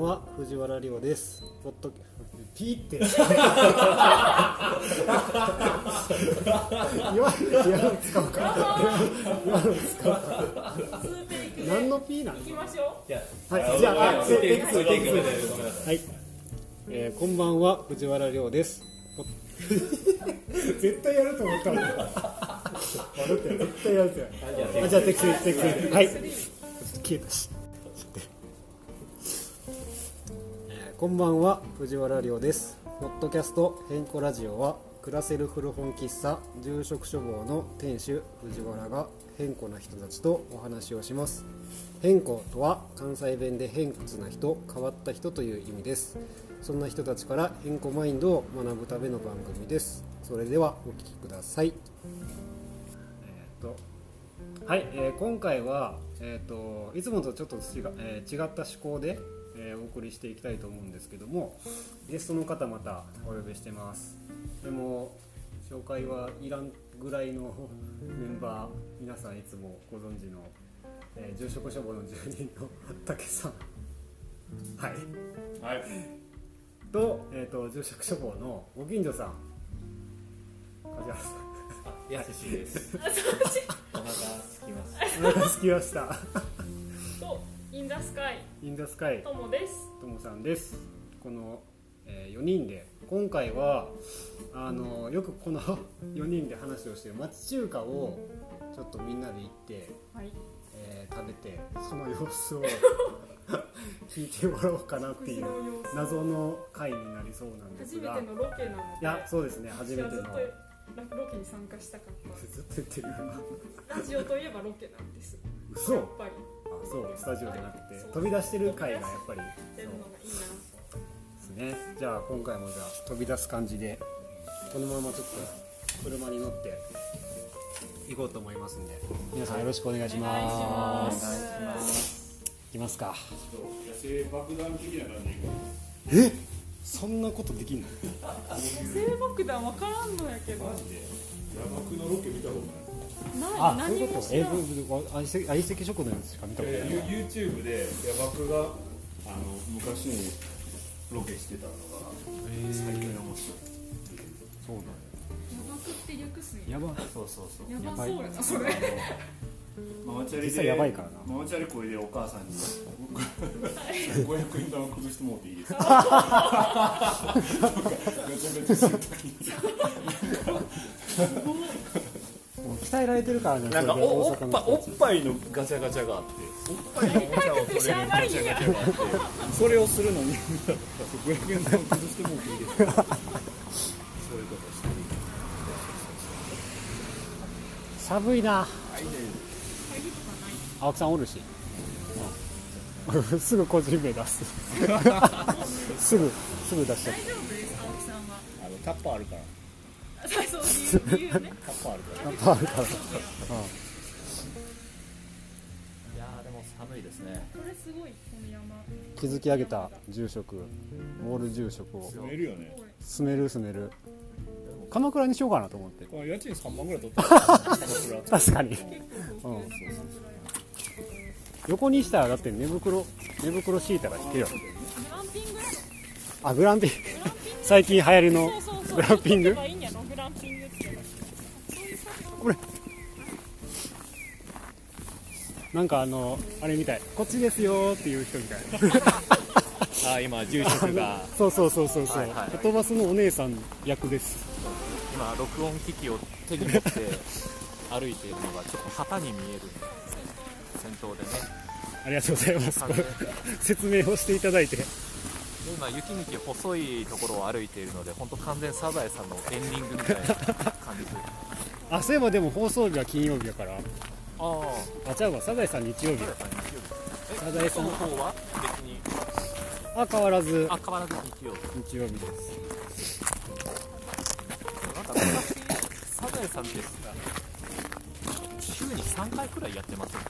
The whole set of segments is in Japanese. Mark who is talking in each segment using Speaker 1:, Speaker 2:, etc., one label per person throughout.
Speaker 1: 原亮ですポッドキャピーって 今今の使おうか今の使おうか
Speaker 2: 数テイクで
Speaker 1: 何のピーなの
Speaker 2: 行きましょう。
Speaker 1: はいじゃああ
Speaker 3: テイ
Speaker 1: テイク
Speaker 3: クツーテイクツーごめん
Speaker 1: は
Speaker 3: な
Speaker 1: い、えーこんばんは藤原亮ですポッ 絶対やると思ったの 笑ってない絶対やるってない
Speaker 3: さい
Speaker 1: あじゃあテクステクスはい消えたしえーこんばんは藤原亮ですポッドキャスト「変更ラジオは」暮らせる古本喫茶住職処房の店主藤原が変更な人たちとお話をします変更とは関西弁で偏屈な人変わった人という意味ですそんな人たちから変更マインドを学ぶための番組ですそれではお聞きくださいえーっとはい、えー今回は、えー、といつもとちょっと違,、えー違った趣向で、えーお送りしていきたいと思うんですけどもゲストの方またお呼びしてますでも紹介はいらんぐらいの メンバー皆さんいつもご存知の、えー住職処方の住人の武さんはい
Speaker 3: はい
Speaker 1: と,、えー、と住職処方のご近所さん梶原さん
Speaker 3: やすしですお腹すきます
Speaker 1: お腹すきました
Speaker 2: とインダスカイ
Speaker 1: インダスカイ
Speaker 2: ともです。
Speaker 1: ともさんですこの、え4人で今回はあのよくこの 4人で話をしてる町中華をちょっとみんなで行って、
Speaker 2: はい。
Speaker 1: えー食べてその様子を 聞いてもらおうかなって
Speaker 2: 福
Speaker 1: い
Speaker 2: 祉
Speaker 1: う
Speaker 2: の様子。
Speaker 1: 謎の回になりそうなんで
Speaker 2: 初
Speaker 1: す
Speaker 2: めて
Speaker 1: がい
Speaker 2: のロケなので。
Speaker 1: やそうですね初めての
Speaker 2: 私はずっとロケに参加したかっ
Speaker 1: ずっと言ってる
Speaker 2: た。ラジオといえばロケなんです。
Speaker 1: 嘘
Speaker 2: やっぱり
Speaker 1: あそうスタジオじゃなく
Speaker 2: はい
Speaker 1: て
Speaker 2: そう
Speaker 1: 飛び出してる回がやっぱり
Speaker 2: やるのがいい
Speaker 1: ですねじゃあ今回もじゃあ飛び出す感じでこのままちょっと車に乗って行こうと思いますんで皆さんよろしくお願いし
Speaker 2: な。お願いしま。
Speaker 1: ます す行きますか
Speaker 4: 野生爆弾的な感じ
Speaker 1: えそんなことできんの
Speaker 2: 野生 爆弾わからんのやけど。ない
Speaker 4: で野爆のロケ見たこと
Speaker 1: あそうい
Speaker 2: 何
Speaker 1: うこ
Speaker 2: も
Speaker 1: と
Speaker 2: し
Speaker 1: え
Speaker 2: ない。
Speaker 1: 僕相席相席食堂のやつしか見たこ
Speaker 4: な
Speaker 1: と
Speaker 4: い、
Speaker 1: ない
Speaker 4: や YouTube で野爆があの昔にロケしてたのが最近面白
Speaker 1: そうな
Speaker 2: 野爆って略すん
Speaker 1: や
Speaker 2: や。
Speaker 1: ば
Speaker 4: いそうそうそう
Speaker 2: やば そうやなそれ。
Speaker 4: ママチャリ
Speaker 1: 実
Speaker 4: で
Speaker 1: 際やばいからな
Speaker 4: ママチャリこれでお母さんに500円玉崩してもらっていいですかとかめちゃめちゃする時に
Speaker 1: もう鍛えられてるからね
Speaker 3: なんか
Speaker 1: それで
Speaker 3: おお
Speaker 1: 大阪
Speaker 3: っ
Speaker 1: の
Speaker 3: ぱ
Speaker 1: 人
Speaker 3: お
Speaker 1: た
Speaker 3: っ
Speaker 1: ち
Speaker 3: ぱいのガチャガチャがあっておっぱいのガチャを取れるガチャガチャがあってそれをするのに500円玉崩してもうていいですかそういうことして
Speaker 1: 寒いな 青木さんおるし、うんすぐ個人名出す すぐすぐ出しちゃう
Speaker 2: 大丈夫です青木さんは。
Speaker 3: あのタッパーあるから
Speaker 2: あそうそういうね。
Speaker 3: タッパーあるから
Speaker 1: ナパールから
Speaker 3: いやーでも寒いですね
Speaker 2: これすごいこの山。
Speaker 1: 築き上げた住職オール住職を
Speaker 4: 寝るよね
Speaker 1: 住める住める鎌倉にしようかなと思って
Speaker 3: これ家賃3万ぐらい取ったから僕ら
Speaker 1: 確かに
Speaker 2: 結構
Speaker 1: うん
Speaker 2: 高級なぐらい。
Speaker 1: 横にしたらだって寝袋寝袋敷いたら引けよ
Speaker 2: グランピングなの
Speaker 1: あグランピング
Speaker 2: グランピング
Speaker 1: 最近流行りの
Speaker 2: そうそうそう
Speaker 1: グランピング
Speaker 2: そういうことがいいんやろグランピングっていうのそういう作業
Speaker 1: なんかあのあれみたいこっちですよーっていう人みたいな
Speaker 3: あ今住職が
Speaker 1: そうそうそうそうそう、
Speaker 3: はいはい
Speaker 1: はとバスのお姉さん役です
Speaker 3: 今録音機器を手に持 って歩いているのがちょっと旗に見える先頭でね
Speaker 1: ありがとうございます
Speaker 3: 完全で
Speaker 1: 説明をしていただいて
Speaker 3: 今雪道細いところを歩いているので本当完全サザエさんのエンディングみたいな感じする
Speaker 1: あそういえばでも放送日は金曜日やから
Speaker 3: ああ
Speaker 1: あちゃうわサザエさん日曜日
Speaker 3: サザ
Speaker 1: や
Speaker 3: エさ
Speaker 1: サザエさ
Speaker 3: ん日曜日
Speaker 1: ん
Speaker 3: の方は別に
Speaker 1: あ変わらず
Speaker 3: あ変わらず日曜日
Speaker 1: 日曜日です
Speaker 3: なんか昔サザエさんって週に3回くらいやってません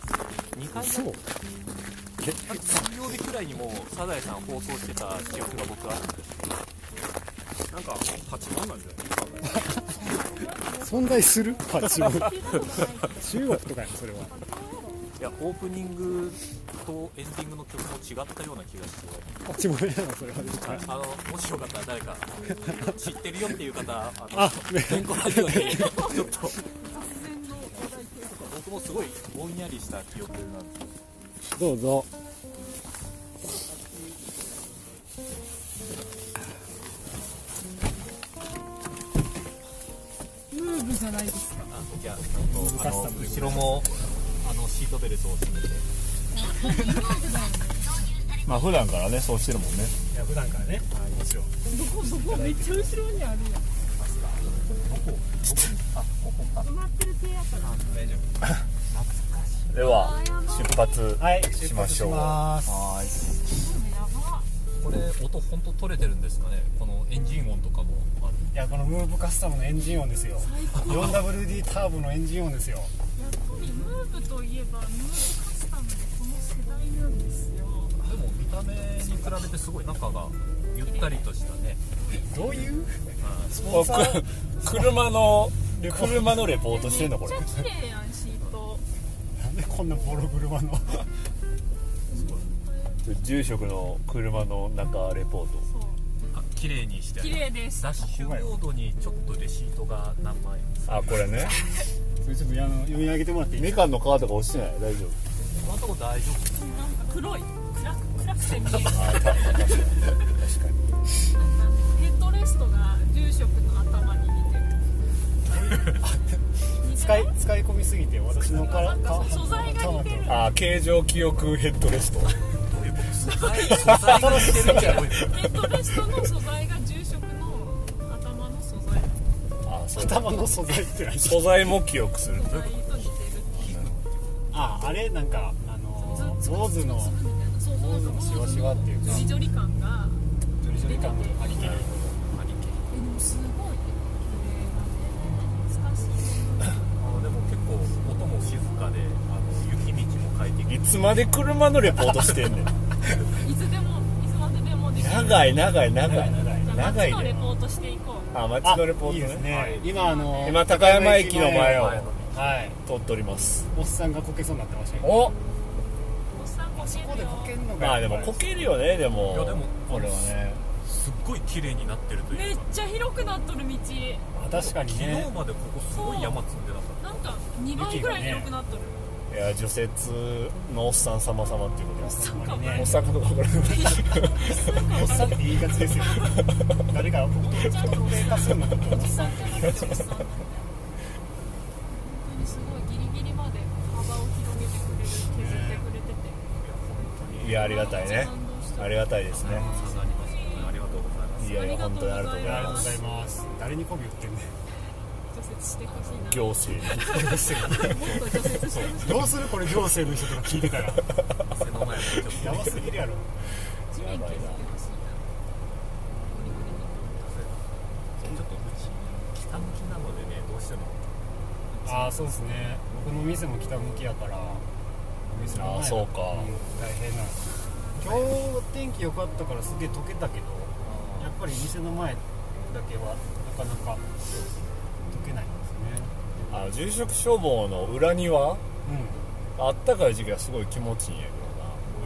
Speaker 3: 2回ぐらいなんか水曜日くらいにもうサザエさん放送してた記憶が僕はあるんです
Speaker 4: なんか8万なんじゃない
Speaker 1: 存在する パチモン
Speaker 2: 聞いたことないけど
Speaker 1: 中国とかやんそれはい
Speaker 3: やオープニングとエンディングの曲も違ったような気がして
Speaker 1: あちもやなのそれは
Speaker 3: はいあのもしよかったら誰か知ってるよっていう方あ
Speaker 1: あ
Speaker 3: の健康ラジオでちょっと
Speaker 2: 突然の話題というか
Speaker 3: 僕もすごいぼんやりした記憶なんで
Speaker 1: どうぞ
Speaker 2: ムーブじゃないですか
Speaker 3: あじゃあちゃんとあの後ろもあのシートベルトを締めてい
Speaker 4: まあ普段からねそうしてるもんね
Speaker 1: いや普段からねもちろん
Speaker 2: どこどこめっちゃ後ろにあるやん
Speaker 3: ますかどこどこにあここか
Speaker 2: 止まってる手やから
Speaker 1: 大丈
Speaker 3: 懐かしい
Speaker 4: では出発
Speaker 1: 夫はい
Speaker 4: しましょう
Speaker 1: 出発ます
Speaker 3: はーい
Speaker 2: やば
Speaker 3: これ音本当取れてるんですかねこのエンジン音とかもある
Speaker 1: いやこのムーブカスタムのエンジン音ですよ 4WD ターボのエンジン音ですよ
Speaker 2: やっぱりムーブといえばムーブカスタムでこの世代なんですよ
Speaker 3: でも見た目に比べてすごい中がゆったりとしたね
Speaker 1: どういうスポンサー
Speaker 4: 車の車のレポートしてんのこれ
Speaker 2: めっちゃ綺麗やんシート
Speaker 1: なんでこんなボロ車の
Speaker 4: 住職の車の中レポート
Speaker 2: そう
Speaker 3: あ綺麗にしてあ
Speaker 2: 綺
Speaker 3: る
Speaker 2: 麗です
Speaker 3: ダッシュボードにちょっとレシートが何枚
Speaker 4: あこれね
Speaker 1: それちょっとあの読み上げてもらっていい
Speaker 4: みかんの皮とか落ちてない大丈夫
Speaker 3: 今のところ大丈夫
Speaker 2: なんか黒い暗く暗くて見える
Speaker 4: 確かに
Speaker 2: ヘッドレストが住職の頭に似てる似て
Speaker 1: 使
Speaker 2: ない
Speaker 1: 使い込みすぎて私のか
Speaker 2: なんか
Speaker 1: か
Speaker 2: 素材が似てる
Speaker 4: あ形状記憶ヘッドレスト
Speaker 3: はい素材が似てるじゃん
Speaker 2: ヘッドレストの素材が住職の頭の素材
Speaker 4: あそう
Speaker 1: 頭の素材ってない
Speaker 4: 素材も記憶する
Speaker 2: 素材と似てる
Speaker 1: ああれなんかあの
Speaker 2: つぶ
Speaker 1: 坊主の
Speaker 2: つぶみたいなそう
Speaker 1: 坊主のシワシワっていうか
Speaker 2: ジョリジョリ感が
Speaker 1: ジョリジョリ感のありき
Speaker 2: えでもすごい綺麗だね懐かしい
Speaker 3: あのでも結構音も静かであの雪道も快適
Speaker 4: いつまで車のレポートしてんねん
Speaker 2: いつでもいつまででもできる
Speaker 4: 長い長い長
Speaker 1: 長い長
Speaker 4: い
Speaker 1: い
Speaker 2: じゃあ
Speaker 4: 長い
Speaker 2: 街のレ
Speaker 4: ね
Speaker 2: ポートしていこ
Speaker 4: あ街のレポート
Speaker 1: いい
Speaker 4: ね
Speaker 1: ですね、
Speaker 4: はい
Speaker 1: 今あの
Speaker 4: 今高山駅の前を
Speaker 3: 前の道
Speaker 1: はい
Speaker 4: 通っております
Speaker 1: おっさんがこけそうになってましたよ
Speaker 4: お
Speaker 2: うおっさんこけ
Speaker 1: ここ
Speaker 2: る
Speaker 1: で
Speaker 2: よ
Speaker 1: こけんのが
Speaker 4: まあでもこけるよねでも
Speaker 3: いやでも
Speaker 4: これはね
Speaker 3: すっごい綺麗になってると
Speaker 2: め
Speaker 3: い
Speaker 2: っ
Speaker 3: うか
Speaker 2: ちゃ広くなっとる道
Speaker 1: あ確かに
Speaker 3: 昨
Speaker 1: ね
Speaker 3: 日までここすごい山積んでな
Speaker 2: な
Speaker 3: かっ
Speaker 2: んか2倍ぐらい広くなっとる、
Speaker 4: いや除雪のおっさん様様っていうことです
Speaker 2: そ
Speaker 1: ほ
Speaker 2: うん
Speaker 1: ま
Speaker 2: か
Speaker 1: に
Speaker 2: も
Speaker 1: ね
Speaker 4: おっさんことかこれ
Speaker 1: おっさんって言いがちですよ誰か
Speaker 2: ちゃんとおっ
Speaker 1: 低
Speaker 2: さ
Speaker 1: 下するのかと
Speaker 2: んおじさんじゃなくておっさんなんだよ本当にすごいギリギリまで幅を広げてくれる削ってくれてて
Speaker 4: いやありがたいねありがたいですね
Speaker 3: たさすがにますありがとうございます
Speaker 4: いやいや本当にありがとう
Speaker 1: あり
Speaker 4: ござい
Speaker 1: がとう
Speaker 4: ま
Speaker 1: ござい
Speaker 4: す
Speaker 1: ます誰に媚び売ってんね
Speaker 2: 除雪してほしいな
Speaker 4: 行政に
Speaker 2: もっと除雪してほしい
Speaker 1: んどうするこれ行政の人とか聞いてたら
Speaker 3: 汗の前もちょっと
Speaker 1: やばすぎるやろ
Speaker 2: 地面削ってほしいなゴリゴリに
Speaker 3: ちょっとうち北向きなのでねどうしても
Speaker 1: ああそうですね僕の店も北向きやからお店の前だ
Speaker 4: あーそう
Speaker 1: ん
Speaker 4: か
Speaker 1: 大変なんです今日天気良かったからすげえ溶けたけどやっぱり店の前だけはなかなか溶けないんです
Speaker 4: あの住職消防の裏庭
Speaker 1: ね
Speaker 4: あったかい時期はすごい気持ちいいんやけ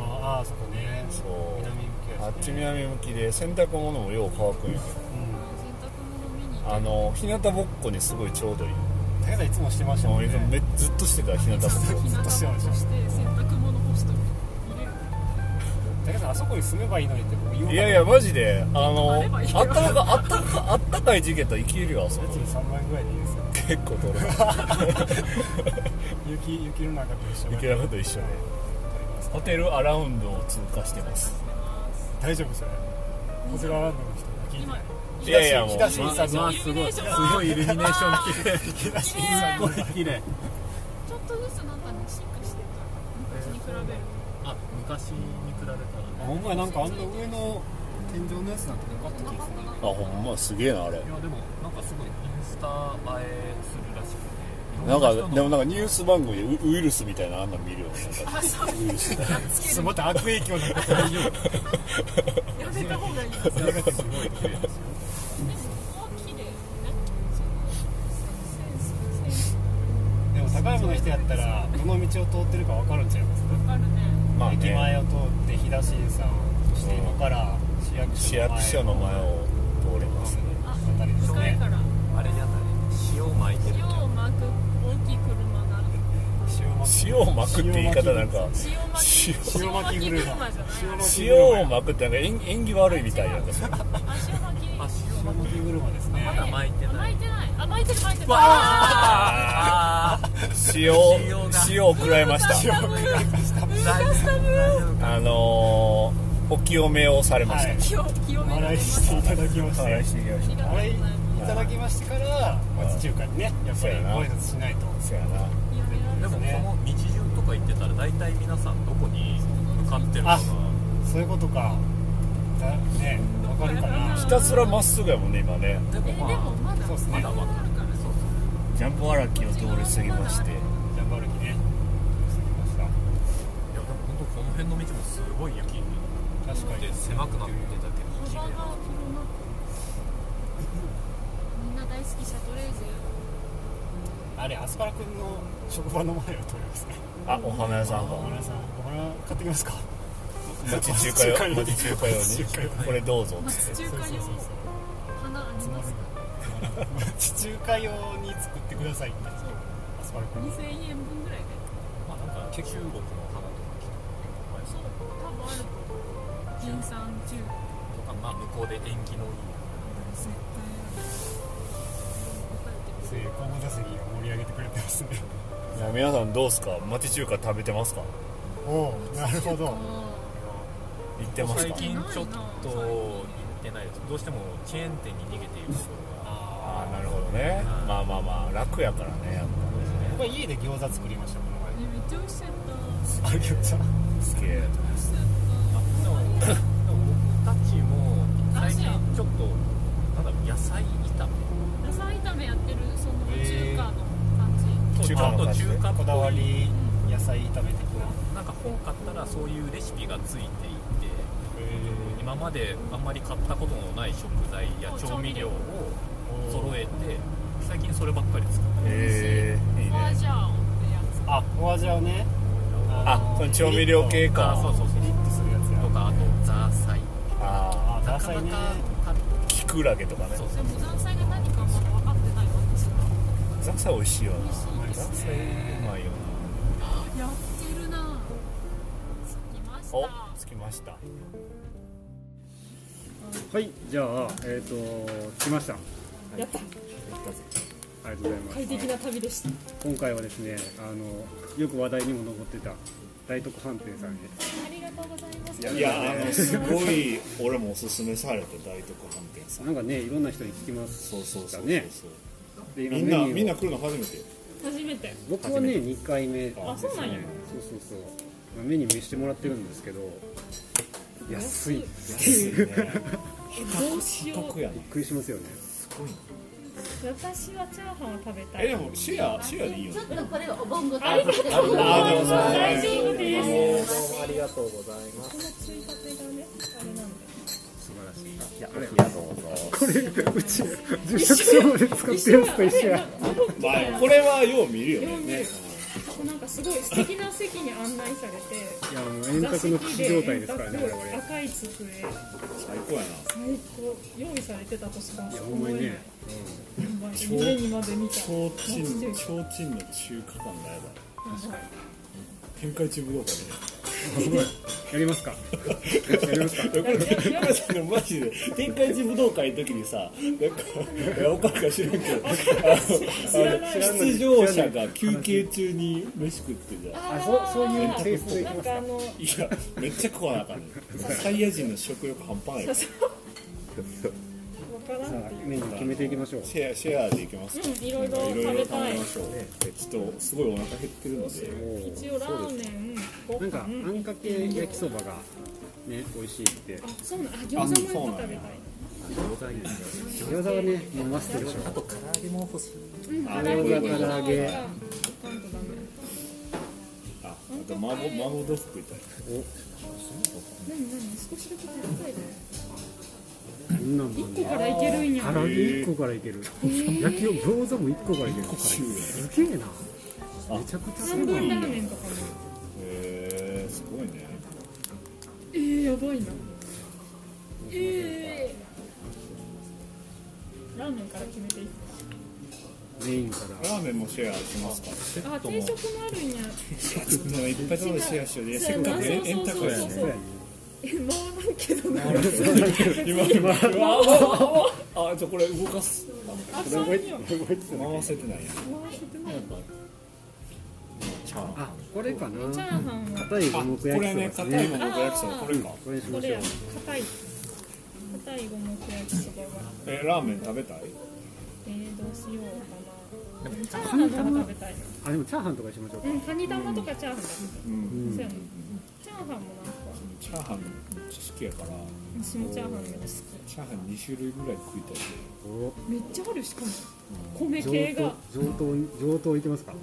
Speaker 1: うんあーあーそこね
Speaker 4: どなそう
Speaker 1: 南向きやしね
Speaker 4: あっち南向きで洗濯物もよう乾くん
Speaker 2: 洗
Speaker 4: やけ
Speaker 2: 濯物見に行
Speaker 4: どあの日向ぼっこにすごいちょうどいい
Speaker 1: うん高田さんいつもしてました
Speaker 4: も
Speaker 1: も
Speaker 4: うん
Speaker 1: ね
Speaker 4: めずっとしてた日向ぼっ
Speaker 2: って日向ぼっこして洗濯物干しとる入れる
Speaker 1: 高田さんあそこに住めばいいのにって僕言おう
Speaker 4: こ
Speaker 1: か
Speaker 4: い
Speaker 1: な
Speaker 4: やいやマジであの
Speaker 2: あれば
Speaker 4: あ
Speaker 2: い
Speaker 4: っ
Speaker 2: い
Speaker 4: た
Speaker 2: よ
Speaker 4: かかあったかあったかい時期やったらいけるよあそ
Speaker 1: 家
Speaker 4: こ
Speaker 1: 賃3万円ぐらいでいいですよ
Speaker 4: 結構取れる
Speaker 1: 雪雪の中と一緒
Speaker 4: 雪
Speaker 1: が
Speaker 4: 山と一緒でホテルアラウンドを通過してます
Speaker 1: 大丈夫それこちらランドの人が聞いて
Speaker 2: 今
Speaker 1: ない
Speaker 4: いやいやもう
Speaker 1: 日田新さん
Speaker 2: ま
Speaker 1: の
Speaker 2: あすごい
Speaker 1: すごいイルミネーション綺麗 日田新さん
Speaker 2: 綺
Speaker 1: これ綺麗
Speaker 2: ちょっとずつなんかね進化してた昔に比べると
Speaker 3: あ昔に比べたらね
Speaker 1: ほんまやなんかあんな上の天井のやつなんてなかった気がする
Speaker 4: あほんますげえなあれ
Speaker 3: いやでもなんかすごいインスタ映えするらしくて
Speaker 4: なんかで
Speaker 3: で
Speaker 4: も
Speaker 3: も
Speaker 4: なんかニュース番組でウウイルスみたいなあんなの見るよねなんかウイルス
Speaker 1: ちょっとまた悪影響なんか大丈夫
Speaker 2: やめた方がいいですよ。でも、
Speaker 1: すごい綺麗ですよ
Speaker 2: ここ綺麗ね。そのセンス、センス
Speaker 1: でも高山の人やったらどの道を通ってるか分かるんちゃいます
Speaker 2: わかるね。
Speaker 4: まあね
Speaker 5: 駅前を通って飛騨新さんそして
Speaker 4: うん
Speaker 5: 今から市役
Speaker 4: 市
Speaker 5: 所の前
Speaker 4: 役所の前を通れますね
Speaker 2: あ
Speaker 5: たりです
Speaker 2: 向かい
Speaker 5: ね
Speaker 2: から
Speaker 3: あれじゃない塩巻いてる
Speaker 2: 塩を巻く大きい車が
Speaker 4: 塩をまくって言い方なんか
Speaker 2: 塩巻き
Speaker 5: 塩巻き
Speaker 2: 車じゃ
Speaker 5: 車
Speaker 2: ない
Speaker 4: 塩をまくってなんか縁縁起悪いみたいやん
Speaker 2: あ
Speaker 4: か
Speaker 2: 塩巻き
Speaker 3: あ
Speaker 5: 塩巻き車ですね
Speaker 3: まだ巻いて
Speaker 2: あ
Speaker 3: な
Speaker 2: 巻
Speaker 3: い
Speaker 2: いてないあ巻いてる巻いてるあ
Speaker 3: ああ
Speaker 4: 塩
Speaker 3: 塩が
Speaker 4: 塩を食らいました
Speaker 2: ー
Speaker 3: 大丈夫大丈夫
Speaker 4: あのー、お清めをされまし、
Speaker 5: はい
Speaker 2: 清清め
Speaker 5: お
Speaker 2: の
Speaker 5: 笑い
Speaker 2: 車
Speaker 5: していただきましたて
Speaker 4: はい、してきました
Speaker 5: お笑いいただきましてから町中華にねやっぱり
Speaker 4: そうやな
Speaker 5: ご挨拶しないと
Speaker 4: せやな
Speaker 3: でもこの道順とか行ってたら大体皆さんどこに向かってるかが
Speaker 5: あそういうことかだねわかるかな
Speaker 4: ひたすらまっすぐやもんね今ね
Speaker 3: で
Speaker 2: え
Speaker 3: も
Speaker 2: でも
Speaker 3: ま
Speaker 2: まだ
Speaker 5: そうっすね
Speaker 3: あまだわかるからそう
Speaker 4: ジャンボ荒木を通り過ぎまし
Speaker 5: ジ
Speaker 4: て
Speaker 5: ャンバルキね
Speaker 3: いやでも本当この辺の道もすごい
Speaker 5: 確
Speaker 3: 雪
Speaker 5: かに
Speaker 3: で狭くなってたけど綺麗
Speaker 2: 幅が広まってみんな大好きシャトレーゼ
Speaker 5: あれアスパラ君の職場の前を通りますね
Speaker 4: あお花屋さんが
Speaker 5: お花さんお花買ってきますか
Speaker 4: 町中華用町中華用
Speaker 5: 町中華用
Speaker 4: にこれどうぞっつっ
Speaker 2: 町中華用花ありますか
Speaker 5: 地中華用に作ってくださいって
Speaker 2: そう
Speaker 5: アスパラ君に
Speaker 2: 2000円分ぐらいで
Speaker 3: まあなんか中国の花とか来て
Speaker 2: そう多分あると思う銀山中
Speaker 3: とかまあ向こうで縁起のいい
Speaker 2: 絶対あ
Speaker 5: そういう後部座席を盛り上げてくれてますね
Speaker 4: ていや皆さんどうすか町中華食べてますか
Speaker 5: おおなるほど
Speaker 4: 行ってます
Speaker 3: 最
Speaker 4: か
Speaker 3: 近ちょっと行ってないですどうしてもチェーン店に逃げている部分が
Speaker 4: ああなるほどねまあまあまあ楽やからねやっ
Speaker 5: 僕は家で餃子作りましたこ
Speaker 2: えめっちゃ美味しかった
Speaker 5: の前あ餃子
Speaker 4: ぱすげえ
Speaker 2: 美味しかっ
Speaker 3: でもでも僕たちも最近ちょっとなんだろう野菜炒め
Speaker 2: た野菜炒めやってるその
Speaker 5: えー
Speaker 2: 中華の感じ、
Speaker 3: そ
Speaker 4: 中
Speaker 3: うち
Speaker 4: 華
Speaker 3: ょっ
Speaker 4: の
Speaker 3: と
Speaker 4: 感じ
Speaker 3: 中
Speaker 4: ね
Speaker 3: 華っぽ
Speaker 5: こ
Speaker 3: い
Speaker 5: だわり野菜炒め的な
Speaker 3: なんか本買ったらそういうレシピがついていて今まであんまり買ったことのない食材や調味料を揃えて最近そればっかり作って
Speaker 4: へえいい
Speaker 2: フォア
Speaker 4: ね
Speaker 2: ジャオってやつ
Speaker 5: あフォアジャオね
Speaker 4: あその調味料系
Speaker 3: あ
Speaker 4: か
Speaker 3: そうそう
Speaker 5: ピリッと
Speaker 3: そ
Speaker 5: するやつ
Speaker 3: うと
Speaker 5: や
Speaker 3: かあとザーサイ
Speaker 4: あ
Speaker 5: あ
Speaker 3: な
Speaker 5: ダ
Speaker 3: か
Speaker 5: サ
Speaker 3: ない
Speaker 5: ね
Speaker 3: か食
Speaker 4: あキクラゲとかね
Speaker 3: べそう
Speaker 2: でも山菜が何かまだ分かってない私は
Speaker 4: ザサ美味しいよな
Speaker 2: 美味しいです
Speaker 4: ザサうまいよ
Speaker 2: やってるな着きまし
Speaker 4: なお
Speaker 2: た
Speaker 4: 着きました
Speaker 1: はいじゃあえっ、と着きました
Speaker 2: やった
Speaker 1: ありがとうございます
Speaker 2: 快適な旅でした
Speaker 1: 今回はですねあのよく話題にも上ってた大徳飯店さんに
Speaker 2: ありがとうございます
Speaker 4: いやあのすごい俺もおすすめされて大徳飯店さん
Speaker 1: なんかねいろんな人に聞きます
Speaker 4: そうそうそうそう、
Speaker 1: ねで今
Speaker 4: みんな
Speaker 1: メニューを
Speaker 4: みんな来るの初めて
Speaker 2: 初めて
Speaker 1: 僕はね2回目ですね
Speaker 2: あそうなんや
Speaker 1: そうそうそうまあメニュー見してもらってるんですけど安いびっ
Speaker 4: 安いね
Speaker 2: どうしよ
Speaker 4: 得やね
Speaker 1: くりしますよね
Speaker 2: う私はチャーハンを食べた
Speaker 4: えでもシェアシェアでいいよ
Speaker 6: ちょっとこれお盆ごと
Speaker 2: ありがとうございます大丈夫です
Speaker 7: ありがとうございます。
Speaker 2: このついたてがねあれなんで
Speaker 1: 素晴らしい
Speaker 7: ありがとうございます。
Speaker 1: これうち住職証まで使ってるやつと一緒や
Speaker 4: まあこれはよう見るよね
Speaker 2: ね、なんかすごい素敵な席に案内されて
Speaker 1: いやもう遠隔の危機状態ですからね我々い
Speaker 2: 赤い机最
Speaker 4: 最高や
Speaker 2: 高用意されてたとしか
Speaker 1: やほん
Speaker 2: 思
Speaker 1: ま
Speaker 2: えな
Speaker 1: に
Speaker 2: い
Speaker 1: ね
Speaker 2: 夢にまで見た
Speaker 4: 提灯
Speaker 2: なんていう
Speaker 4: 提灯の中華感がやばい展開中武道館
Speaker 1: やりますかやりますか
Speaker 4: でこれ山さんのマジで天下一武道会の時にさなんかいやおかんか知らんけどあのあの出場者が休憩中に飯食ってじゃん
Speaker 1: あそうそういうテイストでいき
Speaker 2: なん
Speaker 1: ます
Speaker 2: か
Speaker 1: か
Speaker 2: あの
Speaker 4: いやめっちゃ食わなあかんねんサイヤ人の食欲半端ないよ
Speaker 2: わからんっていう
Speaker 1: メニュー決めていきましょう
Speaker 4: シェアシェアでいきますか
Speaker 2: うんいろいろ
Speaker 4: いろい
Speaker 2: 食べ
Speaker 4: ろ食
Speaker 2: たい
Speaker 4: べましょうちょっとすごいお腹減ってるので
Speaker 2: 一応ラーメンご
Speaker 1: なんかあ
Speaker 2: 飯
Speaker 1: んかけ焼きそばがね美味しいって
Speaker 2: あそうなんあ餃子も一個食べたい
Speaker 1: 餃子はねもうマストでしょ
Speaker 3: べ唐揚げも欲しい
Speaker 4: あ
Speaker 1: 餃
Speaker 4: れ
Speaker 1: 子唐揚げ
Speaker 2: あパンとダメ
Speaker 4: ああと麻婆麻婆豆腐食いたい
Speaker 2: 何何少しだけ食べたいね
Speaker 1: こんなんもん
Speaker 2: 一個からいけるんや
Speaker 1: 唐揚げ1個からいける、焼き餃子も1個からいけるすげえなめちゃくちゃす
Speaker 2: 半
Speaker 1: ごい
Speaker 2: 分ラーメンとかも
Speaker 4: へえすごいね
Speaker 2: えやばいなええラーメンから決めていい
Speaker 1: メインから
Speaker 4: ラーメンもシェアしますか
Speaker 2: あ定食もあるんや
Speaker 4: もういっぱい食べシェアしようで
Speaker 2: そう
Speaker 4: せっ
Speaker 2: や
Speaker 4: か
Speaker 2: な
Speaker 4: く
Speaker 2: そう
Speaker 4: 円
Speaker 2: そう
Speaker 4: 高
Speaker 2: そう
Speaker 4: や
Speaker 2: そ
Speaker 4: ね
Speaker 2: うそうえ回らんけどな
Speaker 4: 今今あああじゃあこれ動かす
Speaker 2: あかんよ
Speaker 4: 回せてないや
Speaker 2: 回せてない
Speaker 4: チャーハン
Speaker 1: あこれかな
Speaker 2: チャーハンは
Speaker 1: 硬い五
Speaker 4: あ
Speaker 1: 目
Speaker 4: こ
Speaker 1: 焼き
Speaker 4: れ
Speaker 1: そば
Speaker 4: ね
Speaker 1: です
Speaker 4: 硬いも
Speaker 1: ね
Speaker 4: のが焼きそばこれか
Speaker 1: これにし
Speaker 2: こ
Speaker 1: ま
Speaker 2: れ
Speaker 1: しょ
Speaker 2: や
Speaker 1: う
Speaker 2: 硬い硬い五目焼きそばは
Speaker 4: えラーメン食べたい
Speaker 2: えー、どうしようかなチャーハンとか食べたい
Speaker 1: あでもチャーハンとかにしましょうか
Speaker 2: うんカニ玉とかチャーハンだ
Speaker 4: う
Speaker 1: うんん
Speaker 2: そうやなチャーハンもなんか
Speaker 4: チャーハンめっちゃ好きやから
Speaker 2: 私もチャーハンめっちゃ好
Speaker 4: チャーハン2種類ぐらい食いたいけ
Speaker 1: お
Speaker 2: きめっちゃあるしかも米
Speaker 1: 上
Speaker 2: 系が
Speaker 1: 等上等に上等いきますか
Speaker 4: ど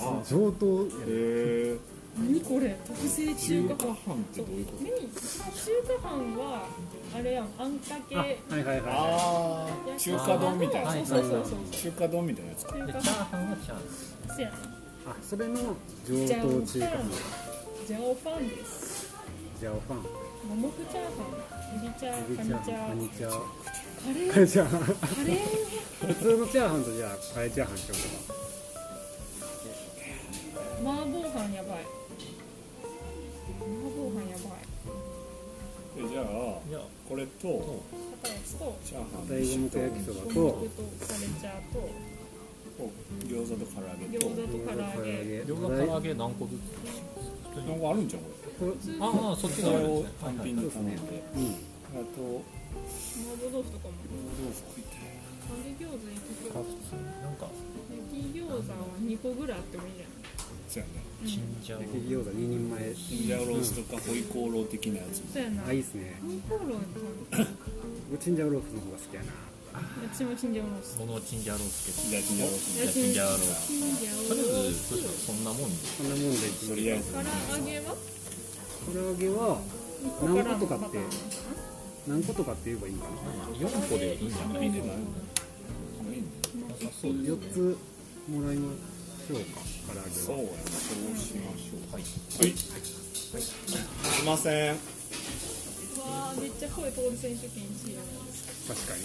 Speaker 4: あ
Speaker 1: 上等
Speaker 4: へえ
Speaker 2: 何これ特製中
Speaker 4: 中
Speaker 2: 華
Speaker 4: 華
Speaker 2: 飯
Speaker 4: 飯ってどういうこと
Speaker 2: メインあ中華飯はあれやんあんかけ
Speaker 1: あはいはいは
Speaker 4: ああ中華丼みたいな
Speaker 2: そうそうそうそう
Speaker 4: 中華丼みたいなやつか
Speaker 2: 中
Speaker 3: でチャ
Speaker 2: 華飯
Speaker 3: ーハンはチャーハン
Speaker 2: そうやな
Speaker 1: あそれの上等中華飯
Speaker 2: ジャオファンです
Speaker 1: じゃあおパン
Speaker 2: 五目チャーハンエビチャ
Speaker 1: エ
Speaker 2: ー
Speaker 1: ビ
Speaker 2: カ
Speaker 1: チ
Speaker 2: ニチ
Speaker 1: ャ
Speaker 2: ャ
Speaker 1: ーカニ
Speaker 2: ー
Speaker 1: チャー
Speaker 2: カレ
Speaker 1: カ
Speaker 2: ー
Speaker 1: ニチャー
Speaker 2: カレー
Speaker 1: 普通のチャーハンとじゃあカレーチャーハンしようか
Speaker 2: 麻婆飯やばい麻婆飯やばい
Speaker 4: えじゃあ
Speaker 3: いや
Speaker 4: これと
Speaker 2: 片やつと
Speaker 4: チャーハン
Speaker 1: 大五目
Speaker 4: と
Speaker 1: 焼きそば
Speaker 2: 五
Speaker 1: と
Speaker 2: 目とカレーチャーと
Speaker 4: 餃子と唐揚げ
Speaker 2: 餃
Speaker 4: と
Speaker 2: 子と唐揚げ
Speaker 3: 両方唐揚げ何個ずつ
Speaker 4: なんかあるんじゃんこ
Speaker 3: ああそっち
Speaker 4: れ
Speaker 3: が
Speaker 4: そ
Speaker 3: あ
Speaker 4: れ
Speaker 3: るん
Speaker 4: を
Speaker 3: ですね
Speaker 4: 単品で頼んであとお
Speaker 2: 麻婆豆腐とかも
Speaker 4: 豆腐食いたい
Speaker 2: 揚げ餃子1個
Speaker 3: なんか
Speaker 2: 焼き餃子は2個ぐらいあってもいいんじゃない
Speaker 4: そうやね
Speaker 3: チンジャオ
Speaker 1: 焼き餃子2人前
Speaker 4: チンジャオロースとかホイコーロー的なやつ
Speaker 2: そうやな
Speaker 1: あいいっすね
Speaker 2: アンコールは
Speaker 1: 僕チンジャオロースの方が好きやな
Speaker 2: 私もチンジャオロース
Speaker 3: ものチンジャオロース
Speaker 4: じゃあチンジャオロース
Speaker 3: けどチンジャオロース
Speaker 2: チンジャオ
Speaker 3: とりあ
Speaker 2: ロース
Speaker 3: えずそうですそんなもんで
Speaker 1: こんなもんでいきまし
Speaker 4: とり
Speaker 1: ょ
Speaker 2: 唐揚げ
Speaker 4: あえず
Speaker 1: う唐揚げは
Speaker 2: は一
Speaker 1: 何個
Speaker 2: ら
Speaker 1: とかって
Speaker 2: パターン
Speaker 1: 何個とかって言えばいいんかな
Speaker 3: 4個でいいんじゃな
Speaker 4: い
Speaker 3: い
Speaker 4: いねないいね
Speaker 3: なさそうです
Speaker 1: 4つもらいましょうか唐揚げ
Speaker 4: そう
Speaker 1: は
Speaker 4: やねそうしましょう
Speaker 3: は
Speaker 4: はい
Speaker 3: い
Speaker 4: すいません
Speaker 2: わあめっちゃ声通る選手権1位やな
Speaker 1: 確かに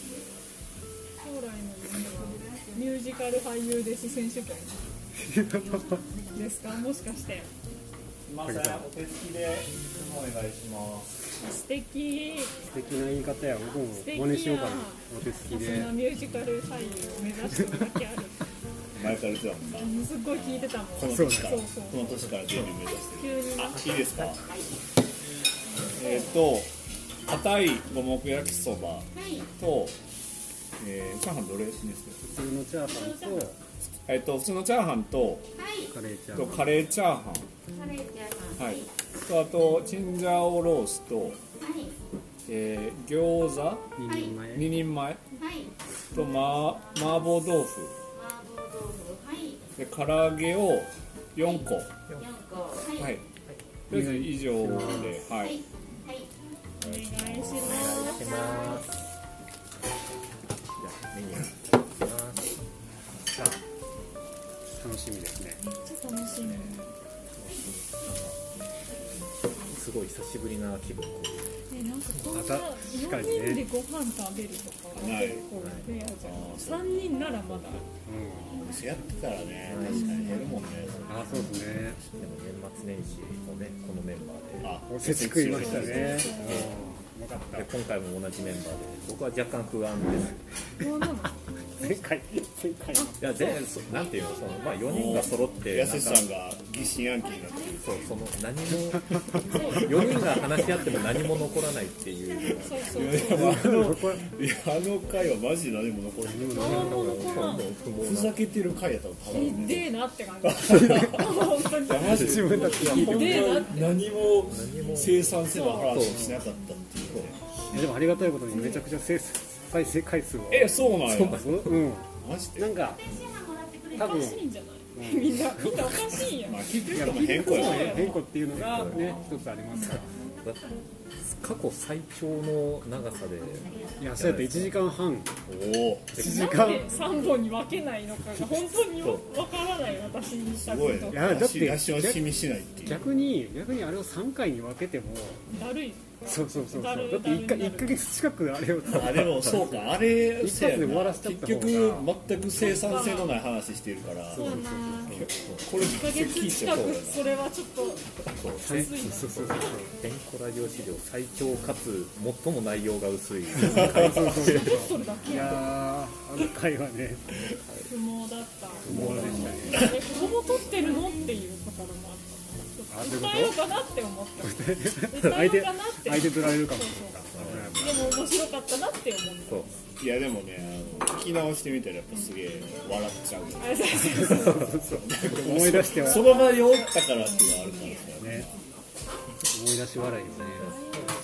Speaker 2: 将来の夢はミュージカル俳優です選手権ですかもしかして
Speaker 7: すいませんお手つきでお願いします
Speaker 2: 素敵
Speaker 1: 素敵な言い方や僕も真似しようかなお手つ
Speaker 2: そ
Speaker 1: き
Speaker 2: ん
Speaker 1: で
Speaker 2: なミュージカル俳優を目指してるだけある
Speaker 4: 前から言ってたもんな
Speaker 2: あのすっごい聞いてたもん
Speaker 4: この
Speaker 2: そう
Speaker 4: 年から
Speaker 2: そう
Speaker 4: この年からデビュー目指してる
Speaker 2: 急にな
Speaker 4: あいいですかえっ、と硬い五目焼きそば
Speaker 2: はい
Speaker 4: と、えー、チャーハンどれにする
Speaker 1: 普通のチャーハンと
Speaker 4: えっ、と普通のチャーハンと
Speaker 6: はい、
Speaker 1: カレーチャー
Speaker 4: と
Speaker 1: ハン
Speaker 4: カレーチャーハ
Speaker 6: カレーち
Speaker 4: ン
Speaker 6: ゃん。
Speaker 4: はいとあとチンジャオロースと、
Speaker 6: はい、
Speaker 4: えー、餃子
Speaker 1: 2人前
Speaker 4: 2人前
Speaker 6: はい、
Speaker 4: と、ま、麻婆豆腐
Speaker 6: 麻婆豆腐。はい、
Speaker 4: で唐揚げを4個
Speaker 6: 四個。はい、
Speaker 4: は
Speaker 6: はい
Speaker 4: いとりあえず以上では
Speaker 6: はいい、はい。
Speaker 2: お願いします
Speaker 1: 楽しみですね
Speaker 2: ちょっと楽しいね
Speaker 7: すごい久しぶりな気分
Speaker 2: えなんかこんな
Speaker 1: また機
Speaker 2: 4
Speaker 1: 会にね
Speaker 2: 人でご飯食べるとか
Speaker 4: ない
Speaker 2: 結構レアじゃん3人ならまだ
Speaker 4: お店やってたらね確かに減るもんね
Speaker 1: あそうですね
Speaker 7: でも年末年始のねこのメンバーで
Speaker 4: あ
Speaker 1: おせち食いましたね
Speaker 2: そうそう
Speaker 1: うんよかった
Speaker 7: で今回も同じメンバーで僕は若干不安です
Speaker 2: どうなの
Speaker 1: 前回前回
Speaker 7: いや全そなんていうのそのまあ4人が揃って
Speaker 4: や
Speaker 7: なんか
Speaker 4: すしさんが疑心暗鬼になって
Speaker 7: そうその何も4人が話し合っても何も残らないっていう
Speaker 2: そうそうそう
Speaker 4: いやあの回はマジで何も残ってない
Speaker 2: あーもう残らん
Speaker 7: 不毛
Speaker 4: ふ
Speaker 7: な
Speaker 4: ざけてる回やったのただの
Speaker 2: えで
Speaker 4: ね
Speaker 2: えなって感じ本当に
Speaker 4: いやマジで
Speaker 1: 自分たちが
Speaker 4: 本当に何も
Speaker 7: 何も
Speaker 4: 生産性の話しなかったっていうね
Speaker 1: でもありがたいことにめちゃくちゃ再生回数は
Speaker 4: えそうなんや
Speaker 1: そううん
Speaker 4: マジで
Speaker 1: なんか多
Speaker 2: おか
Speaker 1: 分
Speaker 2: しいんじゃないみんなみんなおかしいやん
Speaker 4: まあ聞いてる人も変更やね
Speaker 1: 変更っていうのがね一つありますから
Speaker 7: だ過去最長の長さで
Speaker 1: いやそうやった1時間半
Speaker 4: おお
Speaker 1: 1時
Speaker 2: なん
Speaker 1: 間
Speaker 2: で3本に分けないのかが本当にわからない私にし
Speaker 4: す
Speaker 2: たこ
Speaker 4: ごい
Speaker 2: と
Speaker 1: いやだって
Speaker 4: 出し惜しみしないっていう
Speaker 1: 逆に逆にあれを3回に分けても
Speaker 2: だるい
Speaker 1: そうそうそうそうだ
Speaker 2: だ
Speaker 1: って
Speaker 2: るい
Speaker 1: 1か
Speaker 2: だるい
Speaker 1: 1ヶ月近くあれ を
Speaker 4: あでもそうかあれ
Speaker 1: 一発で終わらせちゃった方が
Speaker 4: そうやな結局全く生産性のない話してるから
Speaker 2: そうだな
Speaker 4: これ
Speaker 2: 1ヶ月近くそれはちょっと
Speaker 1: そう
Speaker 2: きついな
Speaker 1: そうそうそう
Speaker 7: ペンコラ業史上最長かつ最も内容が薄い
Speaker 1: そうそうそう
Speaker 2: それだ
Speaker 1: い
Speaker 2: け
Speaker 1: やーあの回は ね
Speaker 2: 不毛だった
Speaker 1: 不毛でしたね
Speaker 2: えここも撮ってるのっていうところもあ
Speaker 1: あ
Speaker 2: っ
Speaker 1: そういうこと
Speaker 2: た歌えようかなって思った歌
Speaker 1: 相
Speaker 2: えよう
Speaker 1: 手
Speaker 2: かなって
Speaker 1: 相手取られるかもしれない
Speaker 2: でも面白かったなって思った
Speaker 4: いやでもねあの聞き直してみたらやっぱすげえ笑っちゃう
Speaker 2: あれそうそう
Speaker 1: 思い出しては
Speaker 4: その場でおったからっていうのはあるからさ
Speaker 1: ね思い出し笑いをね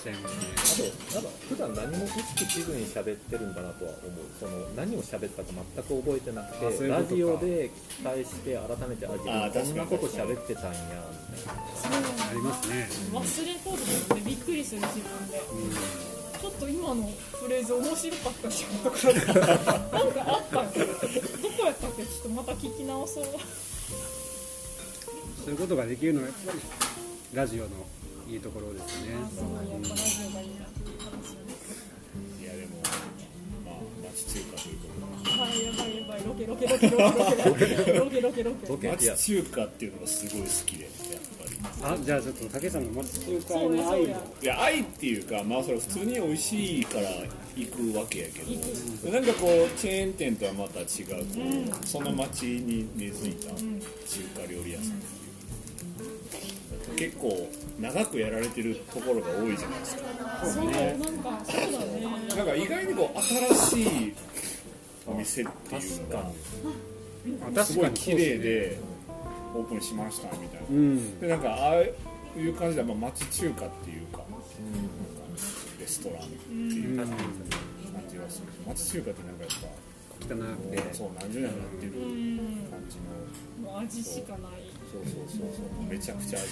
Speaker 1: しちゃいますね
Speaker 7: なんか普段何も意識せずに喋ってるんだなとは思うその何を喋ったか全く覚えてなく
Speaker 1: あ
Speaker 7: て
Speaker 1: そういうことか
Speaker 7: ラジオで聞き返して改めてあ自
Speaker 4: あー確か
Speaker 7: 分こ
Speaker 4: に
Speaker 7: んなこと喋ってたんやみたいな
Speaker 1: ありますね
Speaker 2: 忘れとるもんでびっくりする自分でちょっと今のフレーズ面白かったじゃんとかなんかあったんけどどこやったっけちょっとまた聞き直そう
Speaker 1: そういうことができるのはやっぱりラジオのいいところですね
Speaker 2: あすごいやっぱラジオがいいなっていう話よね
Speaker 4: いやでもまあ町中華ということで
Speaker 2: はいやばいやばいロケロケロケロ ケロケロケロケロケ
Speaker 7: いやいや
Speaker 4: 町中華っていうのがすごい好きでやっぱり
Speaker 1: あじゃあちょっと竹さんの町中華
Speaker 2: そう
Speaker 1: へ
Speaker 2: ね
Speaker 1: の
Speaker 2: そう
Speaker 1: 愛
Speaker 2: や
Speaker 1: を
Speaker 4: いや愛っていうかまあそれ普通に美味しいから行くわけやけ
Speaker 2: 行く
Speaker 4: どなんかこうチェーン店とはまた違うこう、その町に根付いた中華料理屋さんっていう、結構長くやられてるところが多いじゃないですか
Speaker 2: そうなんかそうだね
Speaker 4: なんか意外にこう新しいお店っていうのがすごい綺麗でオープンしましたみたいな、
Speaker 1: うん
Speaker 4: でなんかああいう感じで、まあ、町中華っていうか,、レストランっていう感じがする、町中華ってなんかやっ
Speaker 1: 汚く
Speaker 4: ぱ、そう何十年もやってる
Speaker 2: うん
Speaker 4: 感じの、
Speaker 2: もう味しかない
Speaker 4: そうそうそうそうめちゃくちゃ味があ